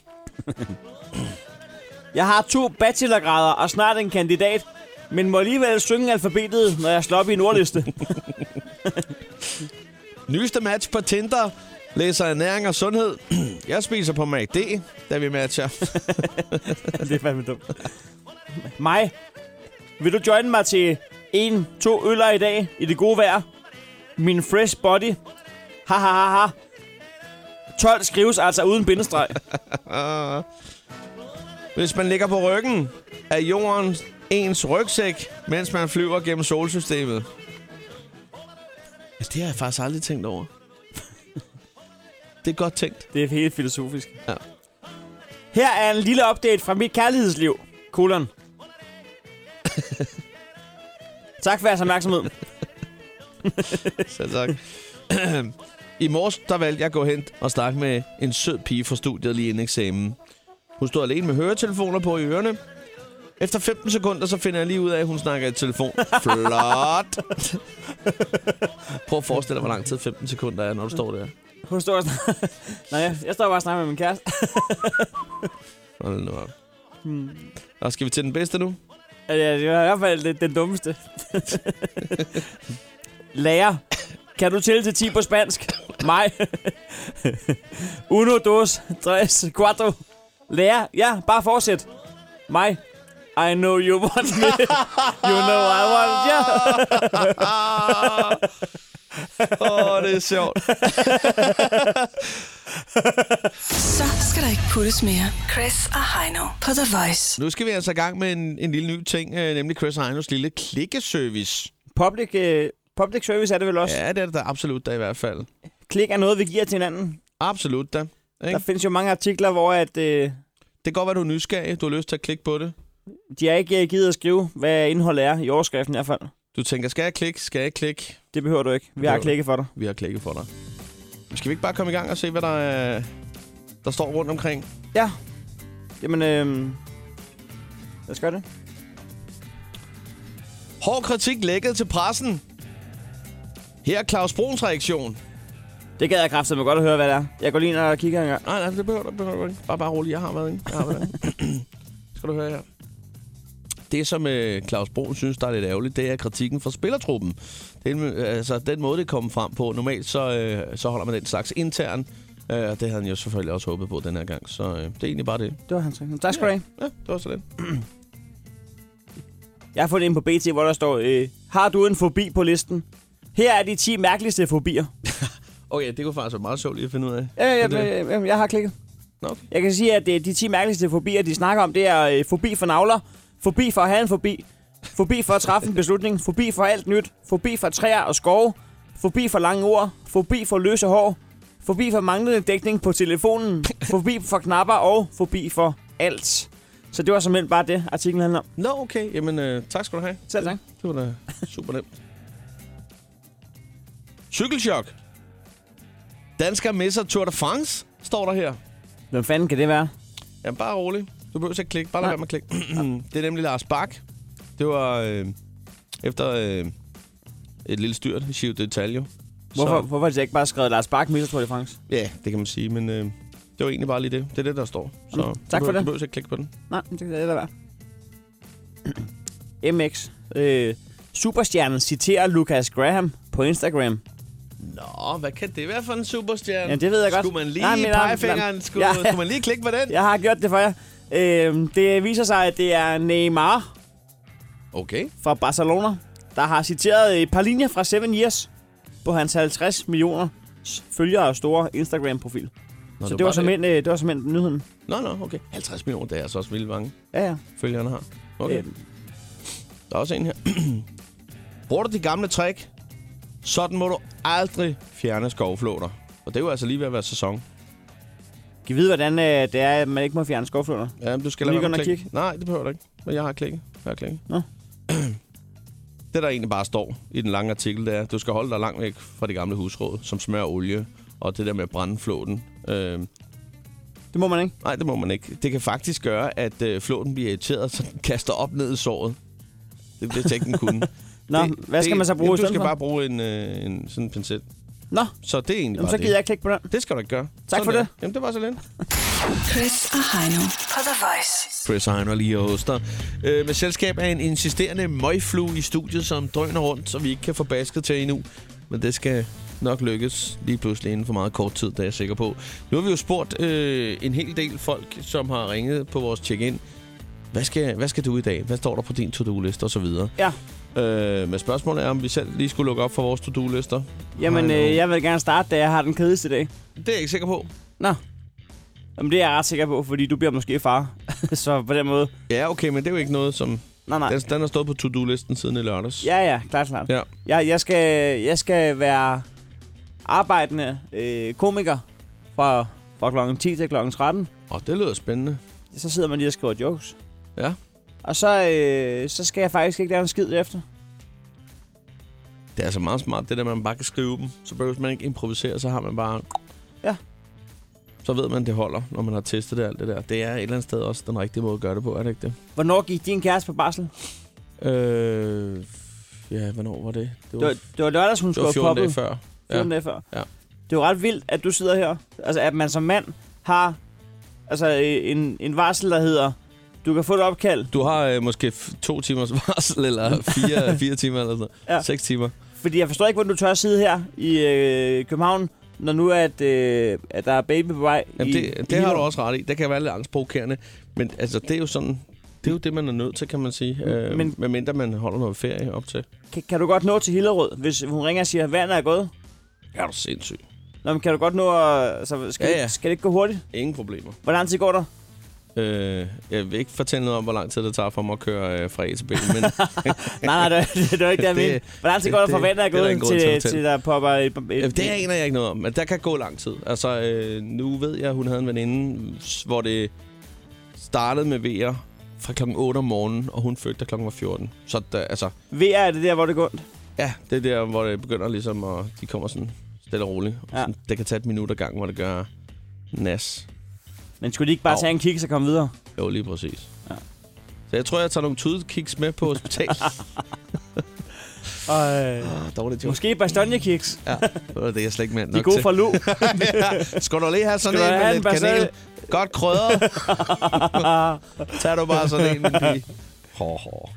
[SPEAKER 3] Jeg har to bachelorgrader og snart en kandidat, men må alligevel synge alfabetet, når jeg slår op i en ordliste.
[SPEAKER 2] Nyeste match på Tinder. Læser ernæring og sundhed. <clears throat> Jeg spiser på MACD, da vi matcher.
[SPEAKER 3] det er fandme dumt. Mig, vil du joine mig til en, to øller i dag i det gode vejr? Min fresh body. Ha ha ha ha. 12 skrives altså uden bindestreg.
[SPEAKER 2] Hvis man ligger på ryggen af jorden ens rygsæk, mens man flyver gennem solsystemet. Altså, det har jeg faktisk aldrig tænkt over. det er godt tænkt.
[SPEAKER 3] Det er helt filosofisk.
[SPEAKER 2] Ja.
[SPEAKER 3] Her er en lille update fra mit kærlighedsliv. Kolon. tak for jeres opmærksomhed.
[SPEAKER 2] Selv tak. I morges, der valgte jeg at gå hen og snakke med en sød pige fra studiet lige inden eksamen. Hun stod alene med høretelefoner på i ørerne. Efter 15 sekunder, så finder jeg lige ud af, at hun snakker i telefon. Flot! Prøv at forestille dig, hvor lang tid 15 sekunder er, når du står der.
[SPEAKER 3] Hun står og snak- <laughs> Nej, jeg, jeg står bare og snakker med min kæreste.
[SPEAKER 2] Hold nu op. Og skal vi til den bedste nu?
[SPEAKER 3] Ja, det er Altså, i hvert fald det, den dummeste. Lærer, kan du tælle til 10 på spansk? Mig. Uno, dos, tres, cuatro. Lærer, ja, bare fortsæt. Mig. I know you want me. You know I want you.
[SPEAKER 2] Åh, oh, det er sjovt.
[SPEAKER 1] Så skal der ikke puttes mere. Chris og Heino på The Voice.
[SPEAKER 2] Nu skal vi altså i gang med en, en lille ny ting, øh, nemlig Chris Heinos lille klikkeservice.
[SPEAKER 3] Public, øh, public service er det vel også. Ja.
[SPEAKER 2] Ja, det er det da absolut da i hvert fald.
[SPEAKER 3] Klik er noget, vi giver til hinanden.
[SPEAKER 2] Absolut da.
[SPEAKER 3] Der
[SPEAKER 2] Ikke?
[SPEAKER 3] findes jo mange artikler, hvor at, øh,
[SPEAKER 2] Det kan godt være, du er nysgerrig. Du har lyst til at klikke på det.
[SPEAKER 3] de har ikke øh, givet at skrive, hvad indholdet er i overskriften i hvert fald.
[SPEAKER 2] Du tænker, skal jeg klikke? Skal jeg klikke?
[SPEAKER 3] Det behøver du ikke. Vi har
[SPEAKER 2] behøver du.
[SPEAKER 3] klikket for dig.
[SPEAKER 2] Vi har klikket for dig. Men Skal vi ikke bare komme i gang og se, hvad der, øh, der står rundt omkring?
[SPEAKER 3] Ja. Jamen, øh... Lad os gøre det.
[SPEAKER 2] Hård kritik lækket til pressen. Her er Claus Bruns reaktion.
[SPEAKER 3] Det gad jeg kraftigt, godt at høre, hvad det er. Jeg går lige ind og kigger en gang.
[SPEAKER 2] Nej, nej, det behøver du, behøver du ikke. Bare, bare rolig, jeg har været inde. Jeg har været inde.
[SPEAKER 3] <clears throat>
[SPEAKER 2] Skal du høre her. Det, som øh, Claus Brun synes, der er lidt ærgerligt, det er kritikken fra spillertruppen. Det er, øh, altså, den måde, det kom frem på. Normalt så, øh, så holder man den slags intern. Øh, og det havde han jo selvfølgelig også håbet på den her gang. Så øh, det er egentlig bare det.
[SPEAKER 3] Det var hans reaktion. Tak skal du have.
[SPEAKER 2] Ja, det var så det.
[SPEAKER 3] Jeg har fundet en på BT, hvor der står, øh, har du en fobi på listen? Her er de 10 mærkeligste fobier.
[SPEAKER 2] Okay, det kunne faktisk være meget sjovt lige at finde ud af.
[SPEAKER 3] Ja, ja,
[SPEAKER 2] Men, øh,
[SPEAKER 3] ja, ja, jeg har klikket.
[SPEAKER 2] Nå, okay.
[SPEAKER 3] Jeg kan sige, at øh, de 10 mærkeligste fobier, de snakker om, det er øh, fobi for navler, fobi for at have en fobi, fobi for at træffe en beslutning, fobi for alt nyt, fobi for træer og skove, fobi for lange ord, fobi for løse hår, fobi for manglende dækning på telefonen, fobi for knapper og fobi for alt. Så det var simpelthen bare det, artiklen handler om.
[SPEAKER 2] Nå, okay. Jamen, øh, tak skal du have.
[SPEAKER 3] Selv tak.
[SPEAKER 2] Det var da super nemt. Cykelchok. Dansker misser Tour de France, står der her.
[SPEAKER 3] Hvem fanden kan det være?
[SPEAKER 2] Jamen, bare rolig. Du behøver ikke at klikke. Bare lad
[SPEAKER 3] Nej.
[SPEAKER 2] være med at klikke. <clears throat> det er nemlig Lars Bak. Det var øh, efter øh, et lille styrt i Giro d'Italia.
[SPEAKER 3] Hvorfor,
[SPEAKER 2] Så,
[SPEAKER 3] hvorfor har de ikke bare skrevet Lars Bak, Mr. Tour de France?
[SPEAKER 2] ja, det kan man sige, men øh, det var egentlig bare lige det. Det er det, der står. Så
[SPEAKER 3] Jamen,
[SPEAKER 2] du
[SPEAKER 3] Mm. tak for
[SPEAKER 2] behøver-
[SPEAKER 3] det.
[SPEAKER 2] Du behøver ikke at klikke på den.
[SPEAKER 3] Nej, det kan det da være. <clears throat> MX. Øh, superstjernen citerer Lucas Graham på Instagram.
[SPEAKER 2] Nå, hvad kan det være for en superstjerne?
[SPEAKER 3] Ja, det ved jeg godt.
[SPEAKER 2] Skulle man lige
[SPEAKER 3] Nej,
[SPEAKER 2] Nej,
[SPEAKER 3] men-
[SPEAKER 2] pegefingeren? Skulle,
[SPEAKER 3] Ja.
[SPEAKER 2] ja. skulle man lige klikke på den?
[SPEAKER 3] Jeg har gjort det for jer. Øh, det viser sig, at det er Neymar
[SPEAKER 2] Okay.
[SPEAKER 3] fra Barcelona, der har citeret et par linjer fra Seven Years på hans 50 millioner følgere og store Instagram-profil.
[SPEAKER 2] Nå,
[SPEAKER 3] Så
[SPEAKER 2] var
[SPEAKER 3] det var,
[SPEAKER 2] bare
[SPEAKER 3] simpelthen, øh, det var simpelthen nyheden.
[SPEAKER 2] Nå, nå, okay. 50 millioner, det er altså også vildt mange
[SPEAKER 3] Ja, ja.
[SPEAKER 2] følgere, han har. Okay.
[SPEAKER 3] Øhm.
[SPEAKER 2] Der er også en her. <clears throat> Bruger du de gamle trick? Sådan må du aldrig fjerne skovflåter. Og det er jo altså lige ved at være sæson.
[SPEAKER 3] Kan I vide, hvordan øh, det er, at man ikke må fjerne skovflunder?
[SPEAKER 2] Ja, men du skal
[SPEAKER 3] Må
[SPEAKER 2] lade
[SPEAKER 3] vi
[SPEAKER 2] være
[SPEAKER 3] gå
[SPEAKER 2] med
[SPEAKER 3] ind og
[SPEAKER 2] at klikke. Nej, det behøver du ikke. Men jeg har klikket. Jeg har klikket.
[SPEAKER 3] Nå.
[SPEAKER 2] <clears throat> Det, der egentlig bare står i den lange artikel, det er, at du skal holde dig langt væk fra det gamle husråd, som smører olie, og det der med at brænde flåten. Øh,
[SPEAKER 3] Det må man ikke.
[SPEAKER 2] nej, det må man ikke. Det kan faktisk gøre, at øh, flåten bliver irriteret, så den kaster op ned i såret. Det bliver ikke, den <laughs> kunne.
[SPEAKER 3] Nå,
[SPEAKER 2] det,
[SPEAKER 3] hvad skal
[SPEAKER 2] det,
[SPEAKER 3] man så bruge
[SPEAKER 2] jamen,
[SPEAKER 3] i
[SPEAKER 2] Du
[SPEAKER 3] stedet
[SPEAKER 2] skal
[SPEAKER 3] for?
[SPEAKER 2] bare bruge en, øh, en sådan en pincet.
[SPEAKER 3] Nå,
[SPEAKER 2] Så det er egentlig
[SPEAKER 3] jamen,
[SPEAKER 2] bare
[SPEAKER 3] så
[SPEAKER 2] det.
[SPEAKER 3] gider jeg ikke klikke på den.
[SPEAKER 2] Det skal du ikke gøre.
[SPEAKER 3] Tak for
[SPEAKER 2] der.
[SPEAKER 3] det.
[SPEAKER 2] Jamen, det var så lidt.
[SPEAKER 1] Chris og Heino på The Voice.
[SPEAKER 2] Chris Heiner lige og hoster. Øh, med selskab af en insisterende møgflue i studiet, som drøner rundt, så vi ikke kan få basket til endnu. Men det skal nok lykkes lige pludselig inden for meget kort tid, det er jeg sikker på. Nu har vi jo spurgt øh, en hel del folk, som har ringet på vores check-in. Hvad skal, hvad skal du i dag? Hvad står der på din to-do-liste osv.?
[SPEAKER 3] Ja.
[SPEAKER 2] Øh, men spørgsmålet er, om vi selv lige skulle lukke op for vores to-do-lister.
[SPEAKER 3] Jamen,
[SPEAKER 2] Heino.
[SPEAKER 3] øh, jeg vil gerne starte, da jeg har den kedeligste dag.
[SPEAKER 2] Det er jeg ikke sikker på.
[SPEAKER 3] Nå. Jamen, det er jeg ret sikker på, fordi du bliver
[SPEAKER 2] <laughs>
[SPEAKER 3] måske far. så på den måde...
[SPEAKER 2] Ja, okay, men det er jo ikke noget, som...
[SPEAKER 3] Nej, nej.
[SPEAKER 2] Den, den har stået på to-do-listen siden i lørdags.
[SPEAKER 3] Ja, ja, klart, klart.
[SPEAKER 2] Ja.
[SPEAKER 3] Jeg, jeg, skal, jeg skal være arbejdende øh, komiker fra, fra kl. 10 til kl. 13.
[SPEAKER 2] Og det lyder spændende.
[SPEAKER 3] Så sidder man lige og skriver jokes.
[SPEAKER 2] Ja.
[SPEAKER 3] Og så, øh, så skal jeg faktisk ikke lave en skid efter.
[SPEAKER 2] Det er altså meget smart, det der, man bare kan skrive dem. Så behøver man ikke improvisere, så har man bare...
[SPEAKER 3] Ja.
[SPEAKER 2] Så ved man, det holder, når man har testet det alt det der. Det er et eller andet sted også den rigtige måde at gøre det på, er det ikke det?
[SPEAKER 3] Hvornår gik din kæreste på barsel?
[SPEAKER 2] Øh... Ja, hvornår var det? Det
[SPEAKER 3] Det var, det var lørdags, hun
[SPEAKER 2] det
[SPEAKER 3] skulle
[SPEAKER 2] var 14
[SPEAKER 3] have
[SPEAKER 2] dage
[SPEAKER 3] poppet.
[SPEAKER 2] før.
[SPEAKER 3] 14 dage før.
[SPEAKER 2] Ja.
[SPEAKER 3] Det er jo ret vildt, at du sidder her. Altså, at man som mand har altså, øh, en, en varsel, der hedder, du kan få et opkald,
[SPEAKER 2] Du har øh, måske f- to timers <laughs> varsel, eller
[SPEAKER 3] <laughs>
[SPEAKER 2] fire, fire timer, eller sådan
[SPEAKER 3] Ja.
[SPEAKER 2] ja. Seks timer.
[SPEAKER 3] Fordi jeg forstår ikke, hvordan du tør at sidde her i øh, København, når nu at, øh, at der er baby på vej.
[SPEAKER 2] Jamen,
[SPEAKER 3] i,
[SPEAKER 2] det,
[SPEAKER 3] i
[SPEAKER 2] det har du
[SPEAKER 3] Hillerød.
[SPEAKER 2] også ret i. Det kan være lidt angstprovokerende. Men altså, det er jo sådan... Det er jo det, man er nødt til, kan man sige. Øh,
[SPEAKER 3] Men-
[SPEAKER 2] men, medmindre man holder noget ferie op til.
[SPEAKER 3] Kan, kan du godt nå til Hillerød, hvis hun ringer og siger, at vandet er gået?
[SPEAKER 2] Er du sindssyg?
[SPEAKER 3] Nå, men kan du godt nå at... Altså, skal,
[SPEAKER 2] Ja,
[SPEAKER 3] ja, ja.
[SPEAKER 2] ja.
[SPEAKER 3] Det, skal det ikke gå hurtigt?
[SPEAKER 2] Ingen problemer.
[SPEAKER 3] Hvor lang tid går der?
[SPEAKER 2] Øh, jeg vil ikke fortælle noget om, hvor lang tid det tager for mig at køre øh, fra A
[SPEAKER 3] <laughs>
[SPEAKER 2] til B, men
[SPEAKER 3] Nej, nej, det, det, det var ikke det, jeg
[SPEAKER 2] Det-
[SPEAKER 3] mente. Hvor lang tid går der
[SPEAKER 2] det-
[SPEAKER 3] fra vandet er
[SPEAKER 2] det er der
[SPEAKER 3] gået
[SPEAKER 2] ingen grund
[SPEAKER 3] til,
[SPEAKER 2] til at
[SPEAKER 3] til,
[SPEAKER 2] fortælle.
[SPEAKER 3] til der popper et, et,
[SPEAKER 2] øh, det aner jeg ikke noget om. Men der kan gå lang tid. Altså, øh, nu ved jeg, at hun havde en veninde, s- hvor det startede med vejer fra klokken 8 om morgenen, og hun fødte, da klokken var 14. Så der, altså,
[SPEAKER 3] VR er det der, hvor det går ondt.
[SPEAKER 2] ja, det er der, hvor det begynder ligesom, og de kommer sådan stille og roligt. Og
[SPEAKER 3] Ja.
[SPEAKER 2] sådan, det kan tage et minut ad gangen, hvor det gør nas.
[SPEAKER 3] Men skulle de ikke bare
[SPEAKER 2] Au.
[SPEAKER 3] tage en kig og komme videre?
[SPEAKER 2] Jo, lige præcis.
[SPEAKER 3] Ja.
[SPEAKER 2] Ja. Så jeg tror, jeg tager nogle tudekiks med på
[SPEAKER 3] <laughs>
[SPEAKER 2] hospitalet.
[SPEAKER 3] Og, øh,
[SPEAKER 2] Ah, Dårligt, jo.
[SPEAKER 3] måske bastonjekiks.
[SPEAKER 2] Ja, det var det, jeg slet ikke mand
[SPEAKER 3] De
[SPEAKER 2] nok
[SPEAKER 3] er gode
[SPEAKER 2] til. <laughs>
[SPEAKER 3] fra Lu.
[SPEAKER 2] ja. <laughs> Skal du lige have sådan
[SPEAKER 3] Skal
[SPEAKER 2] en
[SPEAKER 3] du have
[SPEAKER 2] med
[SPEAKER 3] en
[SPEAKER 2] lidt kanel? Godt
[SPEAKER 3] <laughs>
[SPEAKER 2] krydder. Tag du bare sådan en, min pige. Hår, hår.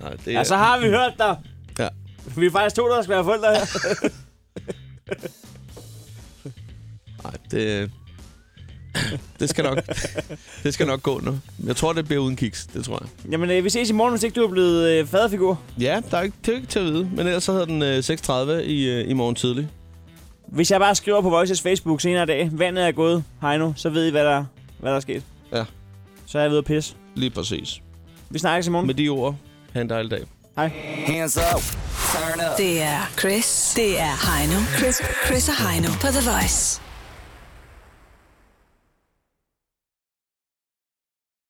[SPEAKER 2] Nej, det er...
[SPEAKER 3] Ja, så Altså, har vi hørt dig.
[SPEAKER 2] Ja.
[SPEAKER 3] Vi er faktisk to, der skal være forældre her.
[SPEAKER 2] Nej, det... det skal nok... det skal nok gå nu. Jeg tror, det bliver uden kiks. Det tror jeg.
[SPEAKER 3] Jamen, øh, vi ses i morgen, hvis ikke du er blevet øh, faderfigur.
[SPEAKER 2] Ja, der er ikke, det er jo ikke til at vide. Men ellers så hedder den øh, 6.30 i, øh, i morgen tidlig.
[SPEAKER 3] Hvis jeg bare skriver på Voices Facebook senere i dag, vandet er gået, hej nu, så ved I, hvad der, hvad der er sket.
[SPEAKER 2] Ja.
[SPEAKER 3] Så er jeg ved at pisse.
[SPEAKER 2] Lige præcis.
[SPEAKER 3] Vi snakkes i morgen.
[SPEAKER 2] Med de ord, have en dejlig dag.
[SPEAKER 6] Hands up. Turn up.
[SPEAKER 1] Det er Chris. Det er Heino. Chris, Chris og Heino på The Voice.